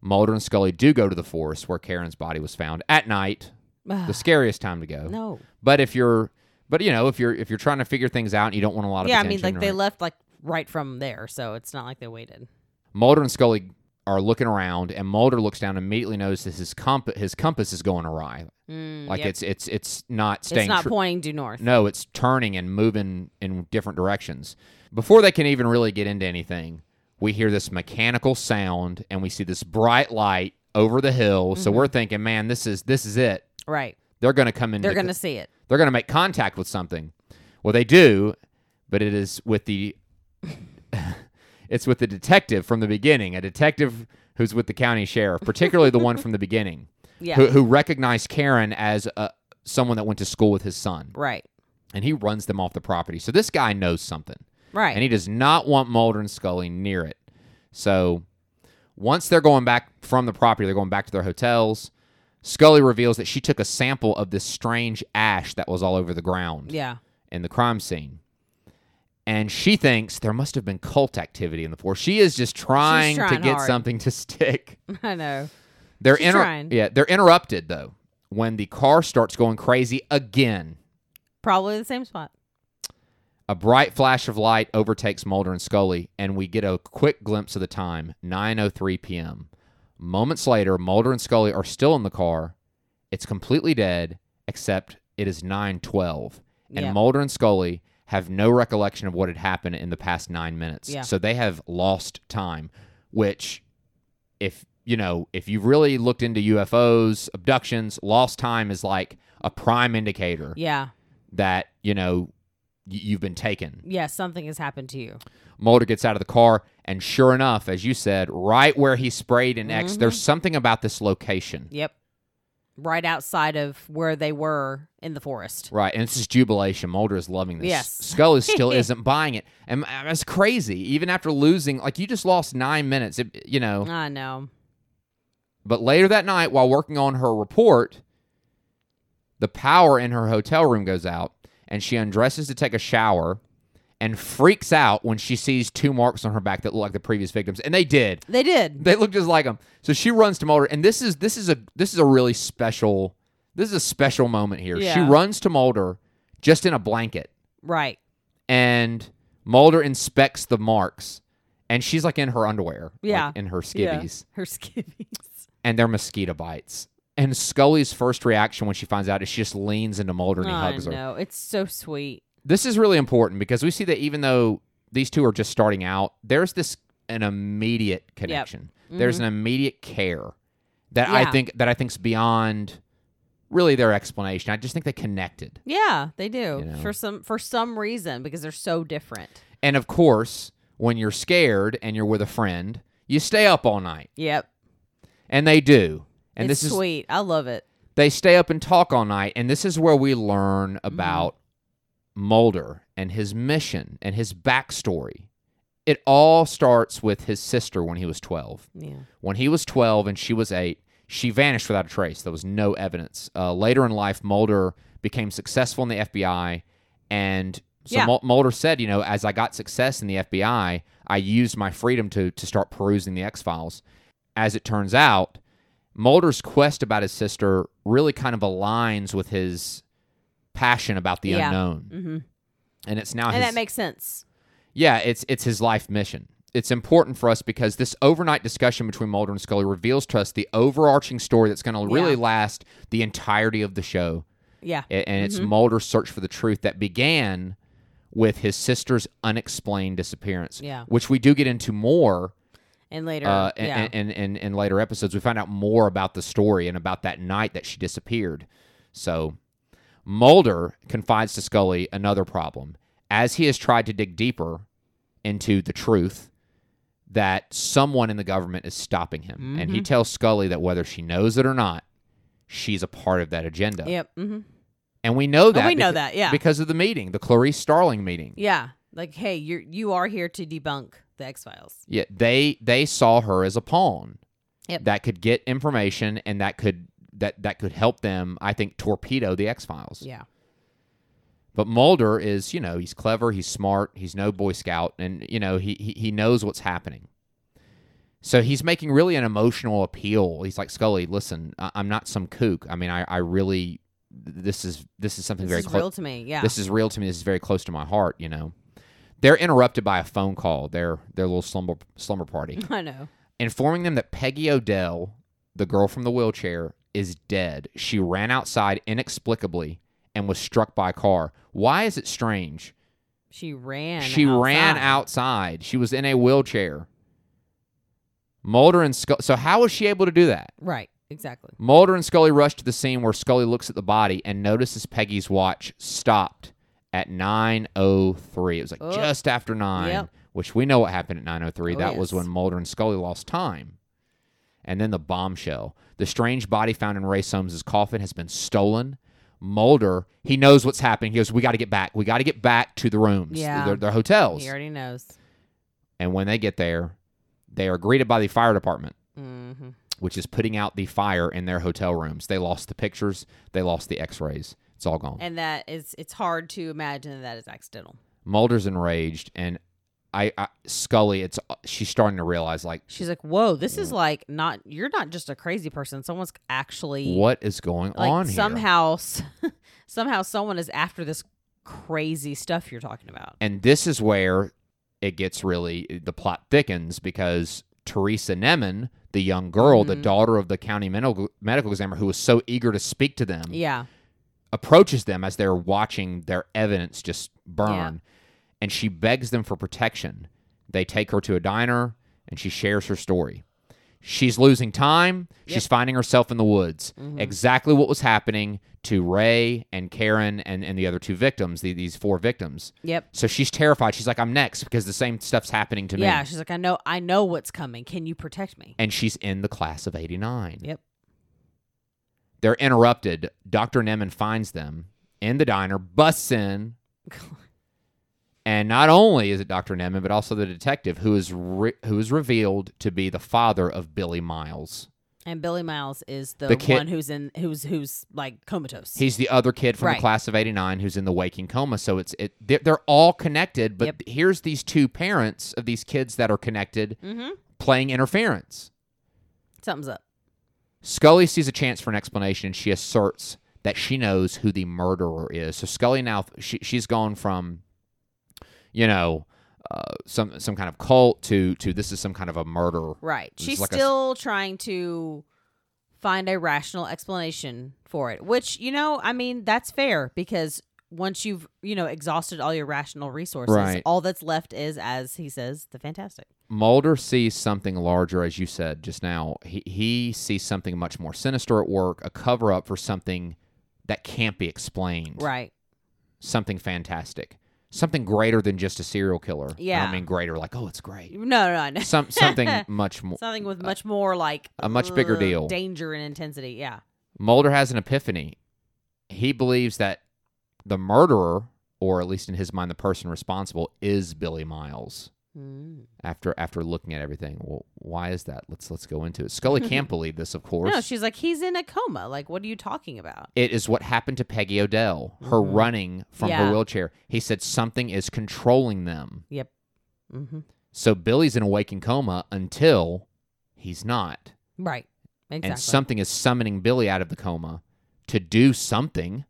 S1: Mulder and Scully do go to the forest where Karen's body was found at night,
S2: Ugh,
S1: the scariest time to go.
S2: no.
S1: But if you're, but you know, if you're if you're trying to figure things out and you don't want a lot of
S2: Yeah. I mean,
S1: attention,
S2: like they
S1: right?
S2: left like right from there, so it's not like they waited.
S1: Mulder and Scully are looking around, and Mulder looks down and immediately notices his comp- his compass is going awry.
S2: Mm,
S1: Like
S2: yep.
S1: it's it's it's not
S2: it's
S1: staying.
S2: not
S1: true.
S2: pointing due north.
S1: No, it's turning and moving in different directions. Before they can even really get into anything, we hear this mechanical sound and we see this bright light over the hill.
S2: Mm-hmm.
S1: So we're thinking, man, this is this is it.
S2: Right.
S1: They're going to come in.
S2: They're
S1: to-
S2: going to see it.
S1: they're going to make contact with something. Well, they do, but it is with the it's with the detective from the beginning, a detective who's with the county sheriff, particularly the one from the beginning,
S2: Yeah.
S1: who, who recognized Karen as a, someone that went to school with his son,
S2: Right.
S1: and he runs them off the property. So this guy knows something,
S2: Right.
S1: and he does not want Mulder and Scully near it. So once they're going back from the property, they're going back to their hotels. Scully reveals that she took a sample of this strange ash that was all over the ground
S2: yeah.
S1: in the crime scene. And she thinks there must have been cult activity in the floor. She is just trying, to
S2: trying
S1: get
S2: hard.
S1: something to stick.
S2: I know.
S1: They're
S2: She's
S1: inter-
S2: trying.
S1: yeah, they're interrupted though when the car starts going crazy again.
S2: Probably the same spot.
S1: A bright flash of light overtakes Mulder and Scully, and we get a quick glimpse of the time, 9:03 p.m. Moments later, Mulder and Scully are still in the car. It's completely dead, except it is 9:12, and
S2: Yeah.
S1: Mulder and Scully have no recollection of what had happened in the past nine minutes.
S2: Yeah.
S1: So they have lost time, which, if you know, if you've really looked into UFOs, abductions, lost time is like a prime indicator
S2: Yeah.
S1: that you know y- you've been taken.
S2: Yeah. Something has happened to you.
S1: Mulder gets out of the car, and sure enough, as you said, right where he sprayed in X,
S2: Mhm.
S1: there's something about this location.
S2: Yep. Right outside of where they were in the forest.
S1: Right, and this is jubilation. Mulder is loving this.
S2: Yes.
S1: Scully still isn't buying it, and uh, that's crazy. Even after losing, like you just lost nine minutes, it, you know.
S2: I know.
S1: But later that night, while working on her report, the power in her hotel room goes out, and she undresses to take a shower, and freaks out when she sees two marks on her back that look like the previous victims, and they did.
S2: They did.
S1: They look just like him. So she runs to Mulder, and this is this is a this is a really special this is a special moment here. She
S2: Yeah.
S1: runs to Mulder just in a blanket,
S2: Right.
S1: and Mulder inspects the marks, and she's like in her underwear, like,
S2: Yeah.
S1: in her skivvies,
S2: Yeah. Her skivvies.
S1: and they're mosquito bites. And Scully's first reaction when she finds out is she just leans into Mulder and he
S2: I
S1: hugs her.
S2: know. It's so sweet.
S1: This is really important because we see that even though these two are just starting out, there's this an immediate connection. There's an immediate care that I
S2: Mm-hmm. Yeah.
S1: think that I think's beyond really their explanation. I just think they connected.
S2: Yeah, they do.
S1: You know?
S2: For some for some reason because they're so different.
S1: And of course, when you're scared and you're with a friend, you stay up all night.
S2: Yep.
S1: And they do. And
S2: it's
S1: this is
S2: sweet. I love it.
S1: they stay up and talk all night and this is where we learn about mulder and his mission and his backstory it all starts with his sister when he was 12
S2: Yeah.
S1: when he was 12 and she was 8 she vanished without a trace there was no evidence uh, later in life mulder became successful in the fbi and so
S2: Yeah.
S1: Mul- mulder said you know as i got success in the fbi i used my freedom to, to start perusing the x-files as it turns out mulder's quest about his sister really kind of aligns with his passion about the
S2: Yeah.
S1: unknown
S2: Mm-hmm.
S1: and it's now
S2: And
S1: his,
S2: that makes sense.
S1: yeah, it's it's his life mission. It's important for us because this overnight discussion between Mulder and Scully reveals to us the overarching story that's going to really
S2: Yeah.
S1: last the entirety of the show,
S2: Yeah.
S1: A- and
S2: Mm-hmm.
S1: it's Mulder's search for the truth that began with his sister's unexplained disappearance.
S2: Yeah.
S1: which we do get into more
S2: And later.
S1: uh, in,
S2: yeah.
S1: in, in, in later episodes. We find out more about the story and about that night that she disappeared. So Mulder confides to Scully another problem. As he has tried to dig deeper into the truth, that someone in the government is stopping him. And
S2: Mm-hmm.
S1: he tells Scully that whether she knows it or not, she's a part of that agenda.
S2: yep. Mm-hmm.
S1: And we know that.
S2: Oh, we know
S1: becau-
S2: that, yeah.
S1: Because of the meeting, the Clarice Starling meeting.
S2: Yeah. Like, hey, you're you are here to debunk the X Files.
S1: Yeah, they they saw her as a pawn
S2: Yep.
S1: that could get information and that could that that could help them. I think torpedo the X Files.
S2: Yeah.
S1: But Mulder is, you know, he's clever, he's smart, he's no Boy Scout, and you know he he, he knows what's happening. So he's making really an emotional appeal. He's like Scully, listen, I, I'm not some kook. I mean, I I really this is this is something
S2: This
S1: very
S2: is
S1: close.
S2: real to me. Yeah.
S1: This is real to me. This is very close to my heart. You know, they're interrupted by a phone call. Their their little slumber slumber party
S2: I know.
S1: informing them that Peggy Odell, the girl from the wheelchair, is dead. She ran outside inexplicably and was struck by a car. Why is it strange?
S2: She ran.
S1: she ran
S2: outside.
S1: outside. She was in a wheelchair. Mulder and Scully. So how was she able to do that?
S2: Right. Exactly.
S1: Mulder and Scully rush to the scene where Scully looks at the body and notices Peggy's watch stopped at 9:03. It was like
S2: Oh.
S1: just after 9,
S2: Yep.
S1: which we know what happened at 9:03.
S2: Oh,
S1: that was
S2: yes.
S1: when Mulder and Scully lost time. And then the bombshell. The strange body found in Ray Soames's coffin has been stolen. Mulder, he knows what's happening. He goes, "We got to get back. We got to get back to the rooms,
S2: Yeah.
S1: their, their hotels."
S2: He already knows.
S1: And when they get there, they are greeted by the fire department
S2: Mm-hmm.
S1: which is putting out the fire in their hotel rooms. They lost the pictures, they lost the x rays. It's all gone.
S2: And that is, it's hard to imagine that that is accidental.
S1: Mulder's enraged, and I, I Scully, it's she's starting to realize like
S2: She's like, whoa, this is like not, you're not just a crazy person. Someone's actually,
S1: what is going
S2: like,
S1: on here?
S2: somehow, somehow someone is after this crazy stuff you're talking about.
S1: And this is where it gets really the plot thickens because Teresa Nemin, the young girl, the
S2: Mhm.
S1: daughter of the county medical medical examiner who was so eager to speak to them,
S2: Yeah.
S1: approaches them as they're watching their evidence just burn
S2: Yeah.
S1: and she begs them for protection. They take her to a diner and she shares her story. She's losing time. She's finding herself in the woods.
S2: Mm-hmm.
S1: Exactly what was happening to Ray and Karen and, and the other two victims, the, these four victims.
S2: Yep.
S1: So she's terrified. She's like, I'm next because the same stuff's happening to me.
S2: Yeah. She's like, I know, I know what's coming. Can you protect me?
S1: And she's in the class of 89.
S2: Yep.
S1: They're interrupted. Dr. Nemin finds them in the diner, busts in, and not only is it Dr. Nemin, but also the detective who is re- who is revealed to be the father of Billy Miles.
S2: And Billy Miles is the,
S1: The kid-
S2: one who's in, who's, who's like comatose.
S1: He's the other kid from the
S2: Right.
S1: class of '89 who's in the waking coma. So it's it they're, they're all connected. But
S2: Yep.
S1: here's these two parents of these kids that are connected
S2: mm-hmm.
S1: playing interference.
S2: Something's up.
S1: Scully sees a chance for an explanation. She asserts that she knows who the murderer is. So Scully now she, she's gone from, you know, uh, some some kind of cult to to this is some kind of a murder.
S2: Right.
S1: It's
S2: She's
S1: like a s-
S2: still trying to find a rational explanation for it, which, you know, I mean, that's fair because once you've, you know, exhausted all your rational resources,
S1: Right.
S2: all that's left is, as he says, the fantastic.
S1: Mulder sees something larger, as you said just now. He he sees something much more sinister at work, a cover up for something that can't be explained.
S2: Right.
S1: Something fantastic. Something greater than just a serial killer. And
S2: Yeah.
S1: I mean greater, like, oh, it's great.
S2: No, no, no.
S1: Some something much more
S2: Something with much more like
S1: Uh, a much bigger
S2: ugh,
S1: deal.
S2: danger and intensity. Yeah.
S1: Mulder has an epiphany. He believes that the murderer, or at least in his mind, the person responsible, is Billy Miles.
S2: Mm.
S1: After after looking at everything, well, why is that? Let's let's go into it. Scully can't believe this, of course.
S2: No, she's like, he's in a coma. Like, what are you talking about?
S1: it is what happened to Peggy Odell, her
S2: Mhm.
S1: running from her
S2: Yeah.
S1: wheelchair. He said something is controlling them.
S2: Yep. hmm
S1: So Billy's in a waking coma until he's not.
S2: Right. Exactly.
S1: and something is summoning Billy out of the coma to do something,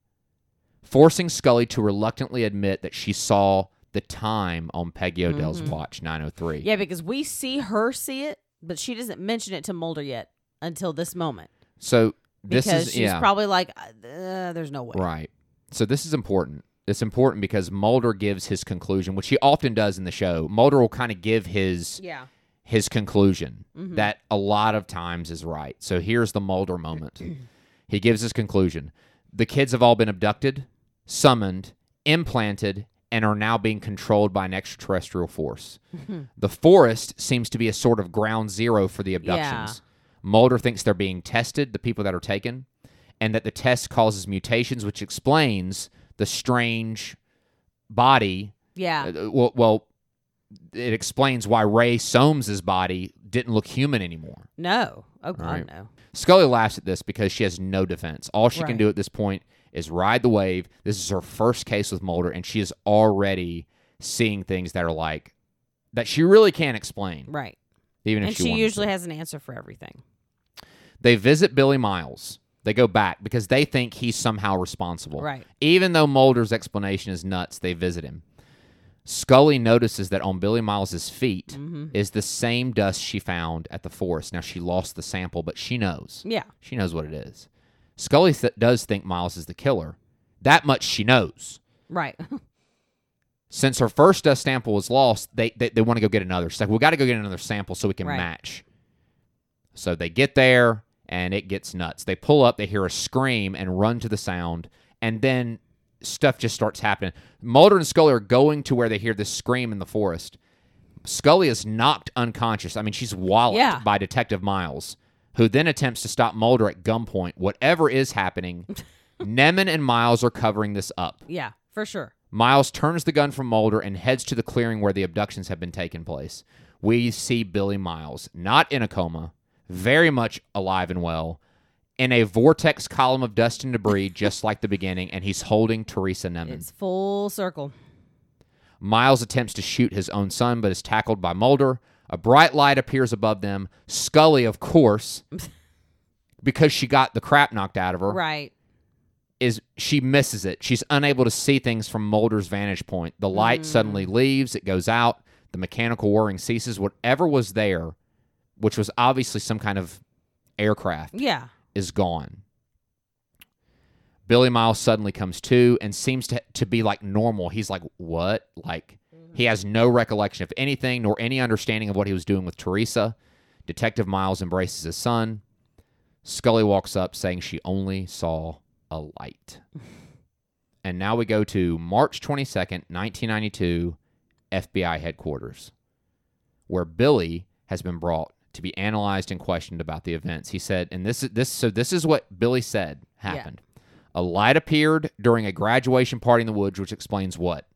S1: forcing Scully to reluctantly admit that she saw the time on Peggy Odell's
S2: Mhm.
S1: watch, 903.
S2: Yeah, because we see her see it, but she doesn't mention it to Mulder yet until this moment.
S1: So this
S2: Because
S1: is
S2: she's
S1: yeah,
S2: probably like, uh, there's no way.
S1: right. So this is important. It's important because Mulder gives his conclusion, which he often does in the show. Mulder will kind of give his
S2: Yeah.
S1: his conclusion
S2: Mhm.
S1: that a lot of times is right. So here's the Mulder moment. he gives his conclusion. The kids have all been abducted, summoned, implanted, and are now being controlled by an extraterrestrial force. the forest seems to be a sort of ground zero for the abductions. Mulder thinks they're being tested, the people that are taken, and that the test causes mutations, which explains the strange body
S2: Yeah.
S1: uh, well, well, it explains why Ray Soames's body didn't look human anymore.
S2: No. Oh, God,
S1: Right.
S2: no.
S1: Scully laughs at this because she has no defense. All she can
S2: Right.
S1: do at this point is ride the wave. This is her first case with Mulder, and she is already seeing things that are like that she really can't explain,
S2: Right.
S1: even if
S2: And
S1: she,
S2: she
S1: wanted
S2: usually
S1: to.
S2: has an answer for everything.
S1: They visit Billy Miles. They go back because they think he's somehow responsible.
S2: Right.
S1: Even though Mulder's explanation is nuts, they visit him. Scully notices that on Billy Miles's feet
S2: Mhm.
S1: is the same dust she found at the forest. Now she lost the sample, but she knows.
S2: Yeah.
S1: She knows what it is. Scully th- does think Miles is the killer. That much she knows.
S2: Right.
S1: Since her first dust sample was lost, they they, they want to go get another. She's like, we got to go get another sample so we can
S2: Right.
S1: match. So they get there and it gets nuts. They pull up, they hear a scream and run to the sound, and then stuff just starts happening. Mulder and Scully are going to where they hear this scream in the forest. Scully is knocked unconscious. I mean, she's walloped
S2: Yeah.
S1: by Detective Miles, who then attempts to stop Mulder at gunpoint. Whatever is happening, Nemen and Miles are covering this up.
S2: Yeah, for sure.
S1: Miles turns the gun from Mulder and heads to the clearing where the abductions have been taking place. We see Billy Miles, not in a coma, very much alive and well, in a vortex column of dust and debris, just like the beginning, and he's holding Teresa Nemen.
S2: It's full circle.
S1: Miles attempts to shoot his own son, but is tackled by Mulder. A bright light appears above them. Scully, of course, because she got the crap knocked out of her,
S2: Right.
S1: is she misses it. She's unable to see things from Mulder's vantage point. The light suddenly leaves, it goes out, the mechanical whirring ceases. Whatever was there, which was obviously some kind of aircraft,
S2: Yeah.
S1: is gone. Billy Miles suddenly comes to and seems to, to be like normal. He's like, what? Like, he has no recollection of anything nor any understanding of what he was doing with Teresa. Detective Miles embraces his son. Scully walks up saying she only saw a light. and now we go to March 22nd, 1992, FBI headquarters, where Billy has been brought to be analyzed and questioned about the events. He said, and this is this so this is what Billy said happened. A light appeared during a graduation party in the woods, which explains what?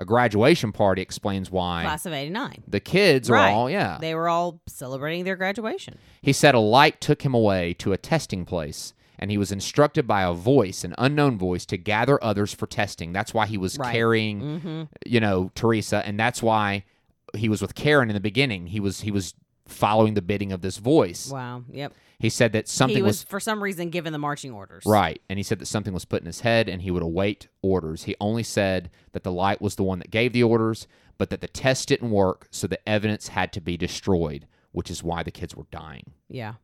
S1: A graduation party explains why
S2: Class of 89.
S1: the kids are
S2: Right.
S1: all, yeah.
S2: They were all celebrating their graduation.
S1: He said a light took him away to a testing place, and he was instructed by a voice, an unknown voice, to gather others for testing. That's why he was
S2: Right.
S1: carrying,
S2: hmm
S1: you know, Teresa, and that's why he was with Karen in the beginning. He was he was following the bidding of this voice.
S2: Wow. Yep.
S1: He said that something
S2: he was,
S1: was
S2: for some reason, given the marching orders.
S1: Right. And he said that something was put in his head and he would await orders. He only said that the light was the one that gave the orders, but that the test didn't work, so the evidence had to be destroyed, which is why the kids were dying.
S2: Yeah.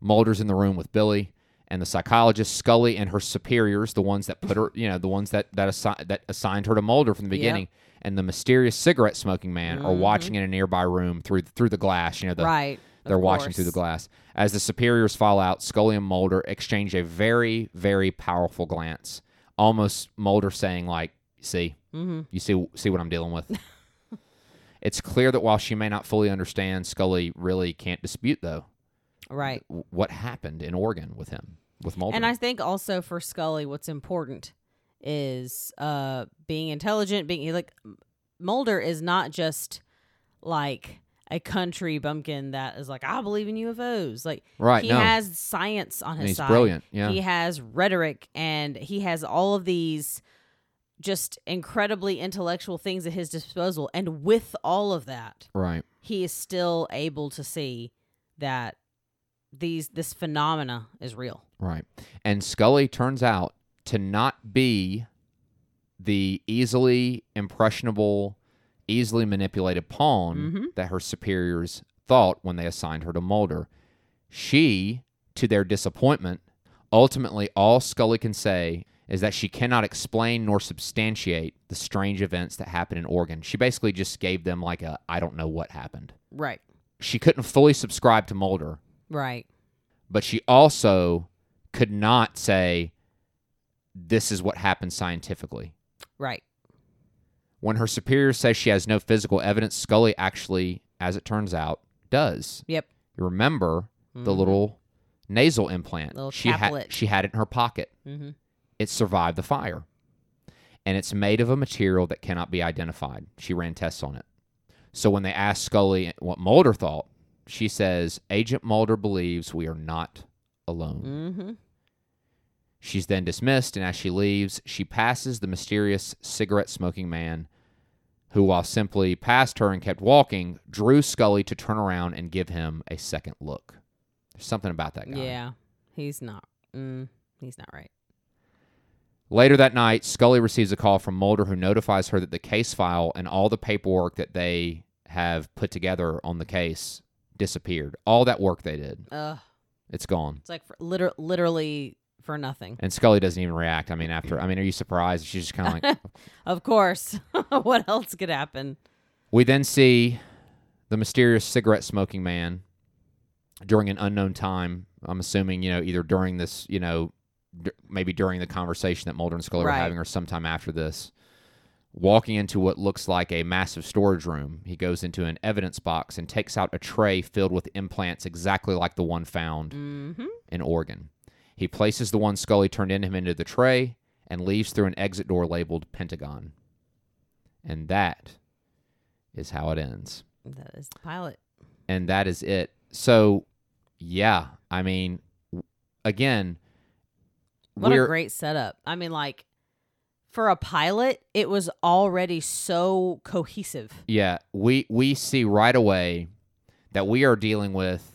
S1: Mulder's in the room with Billy and the psychologist Scully and her superiors, the ones that put her, you know, the ones that that, assi- that assigned her to Mulder from the
S2: Yep.
S1: beginning, and the mysterious cigarette smoking man are
S2: Mhm.
S1: watching in a nearby room through through the glass. You know, the,
S2: right. Of
S1: they're watching through the
S2: course.
S1: glass. As the superiors fall out, Scully and Mulder exchange a very, very powerful glance. Almost Mulder saying, like, see,
S2: Mhm.
S1: you see see what I'm dealing with. it's clear that while she may not fully understand, Scully really can't dispute though
S2: Right.
S1: w- what happened in Oregon with him, with Mulder.
S2: And I think also for Scully, what's important is uh being intelligent, being like Mulder is not just like a country bumpkin that is like, I believe in UFOs. Like
S1: Right,
S2: he
S1: no.
S2: has science on his
S1: And he's
S2: side.
S1: brilliant, yeah.
S2: He has rhetoric and he has all of these just incredibly intellectual things at his disposal. And with all of that,
S1: right.
S2: he is still able to see that these this phenomena is real.
S1: Right. And Scully turns out to not be the easily impressionable, easily manipulated pawn
S2: Mhm.
S1: that her superiors thought when they assigned her to Mulder. She, to their disappointment, ultimately all Scully can say is that she cannot explain nor substantiate the strange events that happened in Oregon. She basically just gave them like a I don't know what happened.
S2: Right.
S1: She couldn't fully subscribe to Mulder
S2: Right.
S1: but she also could not say this is what happened scientifically.
S2: Right.
S1: When her superior says she has no physical evidence, Scully actually, as it turns out, does.
S2: Yep.
S1: Remember the
S2: Mhm.
S1: little nasal implant
S2: Little
S1: she had
S2: chaplet.
S1: she had it in her pocket.
S2: Mm-hmm.
S1: It survived the fire. And it's made of a material that cannot be identified. She ran tests on it. So when they asked Scully what Mulder thought, she says, Agent Mulder believes we are not alone.
S2: Mm-hmm.
S1: She's then dismissed, and as she leaves, she passes the mysterious cigarette smoking man who, while simply passed her and kept walking, drew Scully to turn around and give him a second look. There's something about that guy.
S2: Yeah. He's not. Mm, he's not right.
S1: Later that night, Scully receives a call from Mulder who notifies her that the case file and all the paperwork that they have put together on the case disappeared. All that work they did,
S2: Ugh.
S1: it's gone.
S2: It's like for, liter- literally for nothing.
S1: And Scully doesn't even react. I mean, after, I mean, are you surprised? She's just kind of like,
S2: Of course. what else could happen?
S1: We then see the mysterious cigarette smoking man during an unknown time. I'm assuming you know either during this, you know, d- maybe during the conversation that Mulder and Scully
S2: Right.
S1: were having, or sometime after this. Walking into what looks like a massive storage room, he goes into an evidence box and takes out a tray filled with implants exactly like the one found
S2: Mm-hmm.
S1: in Oregon. He places the one Scully turned in him into the tray and leaves through an exit door labeled Pentagon. And that is how it ends.
S2: That is the pilot.
S1: And that is it. So, yeah, I mean, w- again,
S2: What
S1: we're
S2: a great setup. I mean, like for a pilot, it was already so cohesive.
S1: yeah, we we see right away that we are dealing with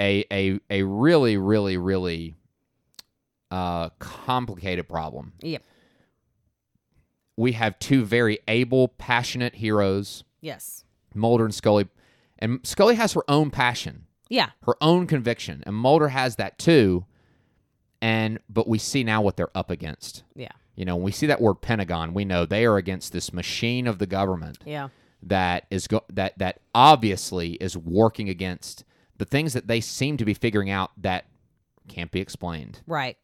S1: a a a really really really uh complicated problem.
S2: Yep.
S1: we have two very able, passionate heroes,
S2: Yes.
S1: Mulder and Scully. And Scully has her own passion,
S2: Yeah.
S1: her own conviction, and Mulder has that too. And but we see now what they're up against.
S2: Yeah.
S1: You know, when we see that word Pentagon, we know they are against this machine of the government
S2: Yeah.
S1: that is go- that that obviously is working against the things that they seem to be figuring out that can't be explained.
S2: Right.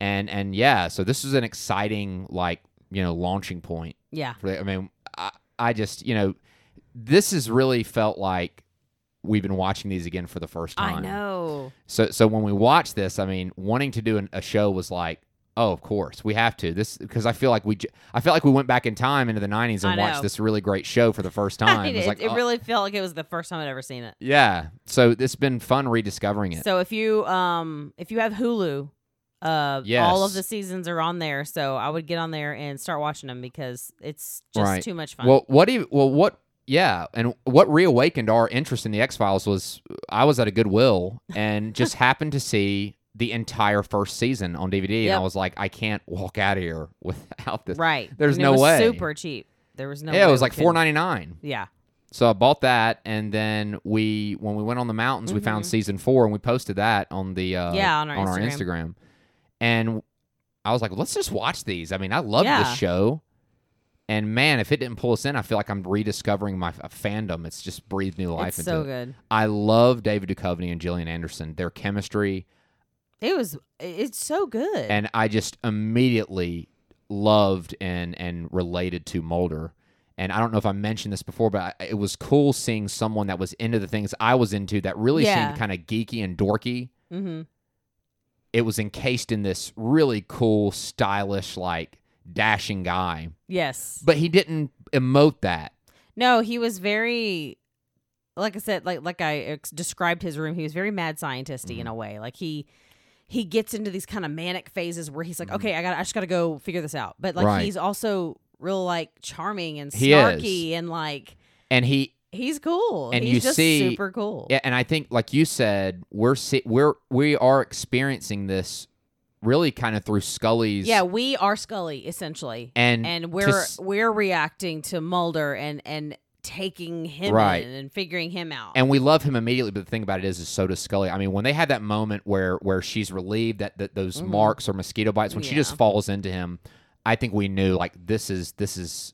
S1: And and yeah, so this is an exciting like, you know, launching point
S2: Yeah.
S1: for that. I mean, I, I just, you know, this has really felt like we've been watching these again for the first time.
S2: I know.
S1: So, so when we watched this, I mean, wanting to do an, a show was like, oh, of course, we have to. This because I feel like we, j- I felt like we went back in time into the '90s
S2: I
S1: and
S2: know.
S1: watched this really great show for the first time.
S2: it
S1: was like,
S2: it
S1: oh,
S2: really felt like it was the first time I'd ever seen it.
S1: yeah. So it's been fun rediscovering it.
S2: So if you um if you have Hulu, uh all of
S1: Yes.
S2: the seasons are on there. So I would get on there and start watching them because it's just
S1: Right.
S2: too much fun.
S1: well, what? Even, well, what? Yeah, and what reawakened our interest in the X Files was I was at a Goodwill and just happened to see the entire first season on DVD, and
S2: Yep.
S1: I was like, I can't walk out of here without this.
S2: right.
S1: there's
S2: And it
S1: no
S2: was
S1: way.
S2: Super cheap. There was no.
S1: yeah,
S2: way
S1: it was
S2: we
S1: like
S2: could-
S1: four ninety nine.
S2: Yeah.
S1: So I bought that, and then we, when we went on the mountains, we found season four, and we posted that on the uh,
S2: Mm-hmm. Yeah, on our Instagram.
S1: Instagram. And I was like, let's just watch these. I mean, I love
S2: Yeah.
S1: this show, and man, if it didn't pull us in, I feel like I'm rediscovering my f- fandom. It's just breathed new life
S2: It's
S1: into
S2: so
S1: it.
S2: good.
S1: I love David Duchovny and Gillian Anderson, their chemistry,
S2: It was. It's so good.
S1: and I just immediately loved and and related to Mulder. And I don't know if I mentioned this before, but I, it was cool seeing someone that was into the things I was into that really
S2: Yeah.
S1: seemed kind of geeky and dorky.
S2: mm-hmm.
S1: It was encased in this really cool, stylish, like dashing guy,
S2: Yes.
S1: but he didn't emote that.
S2: No, he was very like I said, like like I ex- described his room. He was very mad scientisty
S1: Mm-hmm.
S2: in a way. Like he he gets into these kind of manic phases where he's like, okay, I got, I just got to go figure this out. But like
S1: Mm-hmm. Right.
S2: he's also real like charming and
S1: He
S2: snarky and like
S1: And he,
S2: he's cool.
S1: And
S2: he's
S1: you
S2: just
S1: see-
S2: super cool.
S1: yeah, and I think, like you said, we're se- we're we are experiencing this really kind of through Scully's,
S2: Yeah, we are Scully essentially,
S1: and
S2: and
S1: to
S2: we're
S1: s-
S2: we're reacting to Mulder and and taking him
S1: Right.
S2: in and figuring him out.
S1: and we love him immediately. But the thing about it is, is so does Scully. I mean, when they have that moment where where she's relieved that, that those
S2: Mhm.
S1: marks or mosquito bites, when she just
S2: Yeah.
S1: falls into him, I think we knew like this is this is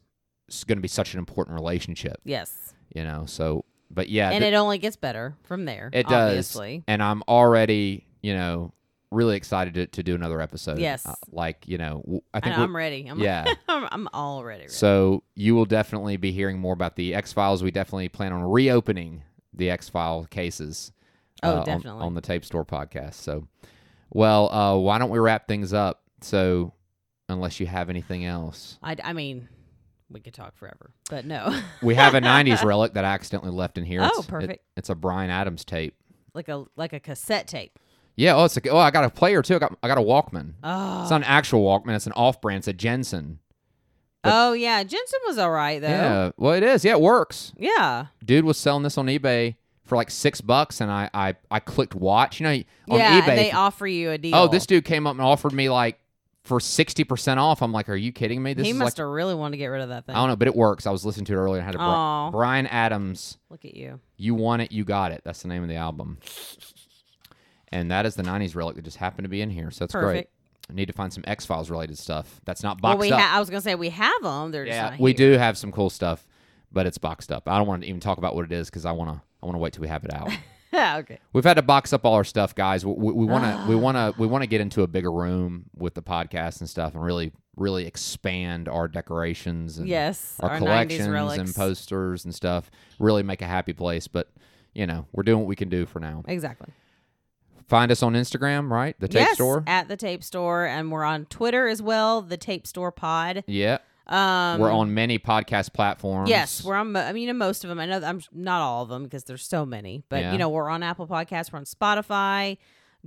S1: going to be such an important relationship,
S2: yes,
S1: you know. So, but yeah,
S2: and
S1: th-
S2: it only gets better from there.
S1: it does,
S2: obviously.
S1: and I'm already you know really excited to, to do another episode.
S2: Yes.
S1: Uh, like you know, w- I
S2: I
S1: think
S2: know,
S1: we're-
S2: I'm ready. I'm,
S1: yeah.
S2: I'm, I'm already ready.
S1: So you will definitely be hearing more about the X Files. We definitely plan on reopening the X File cases. uh,
S2: Oh,
S1: on-
S2: definitely.
S1: on, the Tape Store podcast. So, well, uh, why don't we wrap things up? So, unless you have anything else,
S2: I, I mean, we could talk forever, but no,
S1: we have a '90s relic that I accidentally left in here.
S2: Oh,
S1: It's- it-
S2: perfect.
S1: it's a Brian Adams tape.
S2: like a like a cassette tape.
S1: Yeah. Oh, it's a, oh, I got a player too. I got I got a Walkman.
S2: Oh,
S1: It's not an actual Walkman. It's an off-brand. It's a Jensen.
S2: oh yeah, Jensen was all right though.
S1: Yeah. Well, it is. Yeah, it works.
S2: Yeah.
S1: dude was selling this on eBay for like six bucks, and I I, I clicked watch. You know, on
S2: yeah,
S1: eBay.
S2: and they
S1: if-
S2: offer you a deal.
S1: oh, this dude came up and offered me like for sixty percent off. I'm like, are you kidding me? This
S2: he
S1: is
S2: must
S1: like
S2: have really wanted to get rid of that thing.
S1: I don't know, but it works. I was listening to it earlier and had a Bri-
S2: Aw.
S1: Brian Adams.
S2: Look at you.
S1: You want it, you got it. That's the name of the album. And that is the '90s relic that just happened to be in here, so that's
S2: Perfect.
S1: great. I need to find some X Files related stuff that's not
S2: Well,
S1: boxed
S2: we
S1: up.
S2: ha- I was gonna say we have them. They're just
S1: yeah,
S2: not
S1: we
S2: here.
S1: do have some cool stuff, but it's boxed up. I don't want to even talk about what it is because I want to. I want to wait till we have it out.
S2: okay.
S1: We've had to box up all our stuff, guys. We want to we want to we want to get into a bigger room with the podcast and stuff, and really really expand our decorations and
S2: Yes.
S1: our,
S2: 90s
S1: collections and
S2: relics.
S1: posters and stuff. Really make a happy place, but you know we're doing what we can do for now.
S2: Exactly.
S1: Find us on Instagram, right? The Tape
S2: yes,
S1: Store.
S2: At the tape store. And we're on Twitter as well, the tape store pod.
S1: yeah,
S2: Um,
S1: we're on many podcast platforms.
S2: Yes, we're on. Mo- I mean, uh, most of them. I know. I'm not all of them because there's so many. But
S1: Yeah.
S2: you know, we're on Apple Podcasts. We're on Spotify,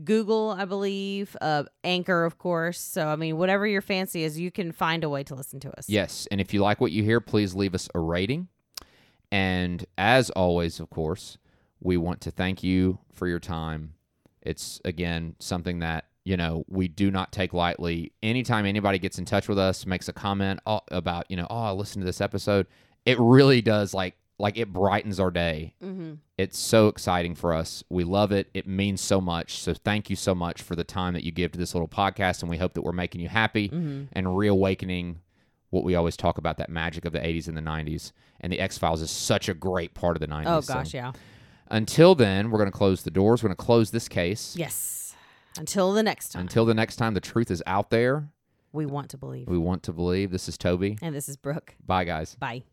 S2: Google, I believe, uh, Anchor, of course. So I mean, whatever your fancy is, you can find a way to listen to us.
S1: Yes. And if you like what you hear, please leave us a rating. And as always, of course, we want to thank you for your time. It's, again, something that, you know, we do not take lightly. Anytime anybody gets in touch with us, makes a comment uh, about, you know, oh, I listened to this episode, it really does like, like it brightens our day.
S2: Mm-hmm.
S1: It's so exciting for us. We love it. It means so much. So thank you so much for the time that you give to this little podcast. And we hope that we're making you happy
S2: Mm-hmm.
S1: and reawakening what we always talk about that magic of the 80s and the 90s. And the X Files is such a great part of the 90s.
S2: Oh
S1: So
S2: gosh, yeah.
S1: Until then, we're going to close the doors. We're going to close this case.
S2: Yes. Until the next time,
S1: Until the next time, the truth is out there.
S2: we want to believe.
S1: We want to believe. This is Toby.
S2: And this is Brooke.
S1: Bye, guys.
S2: Bye.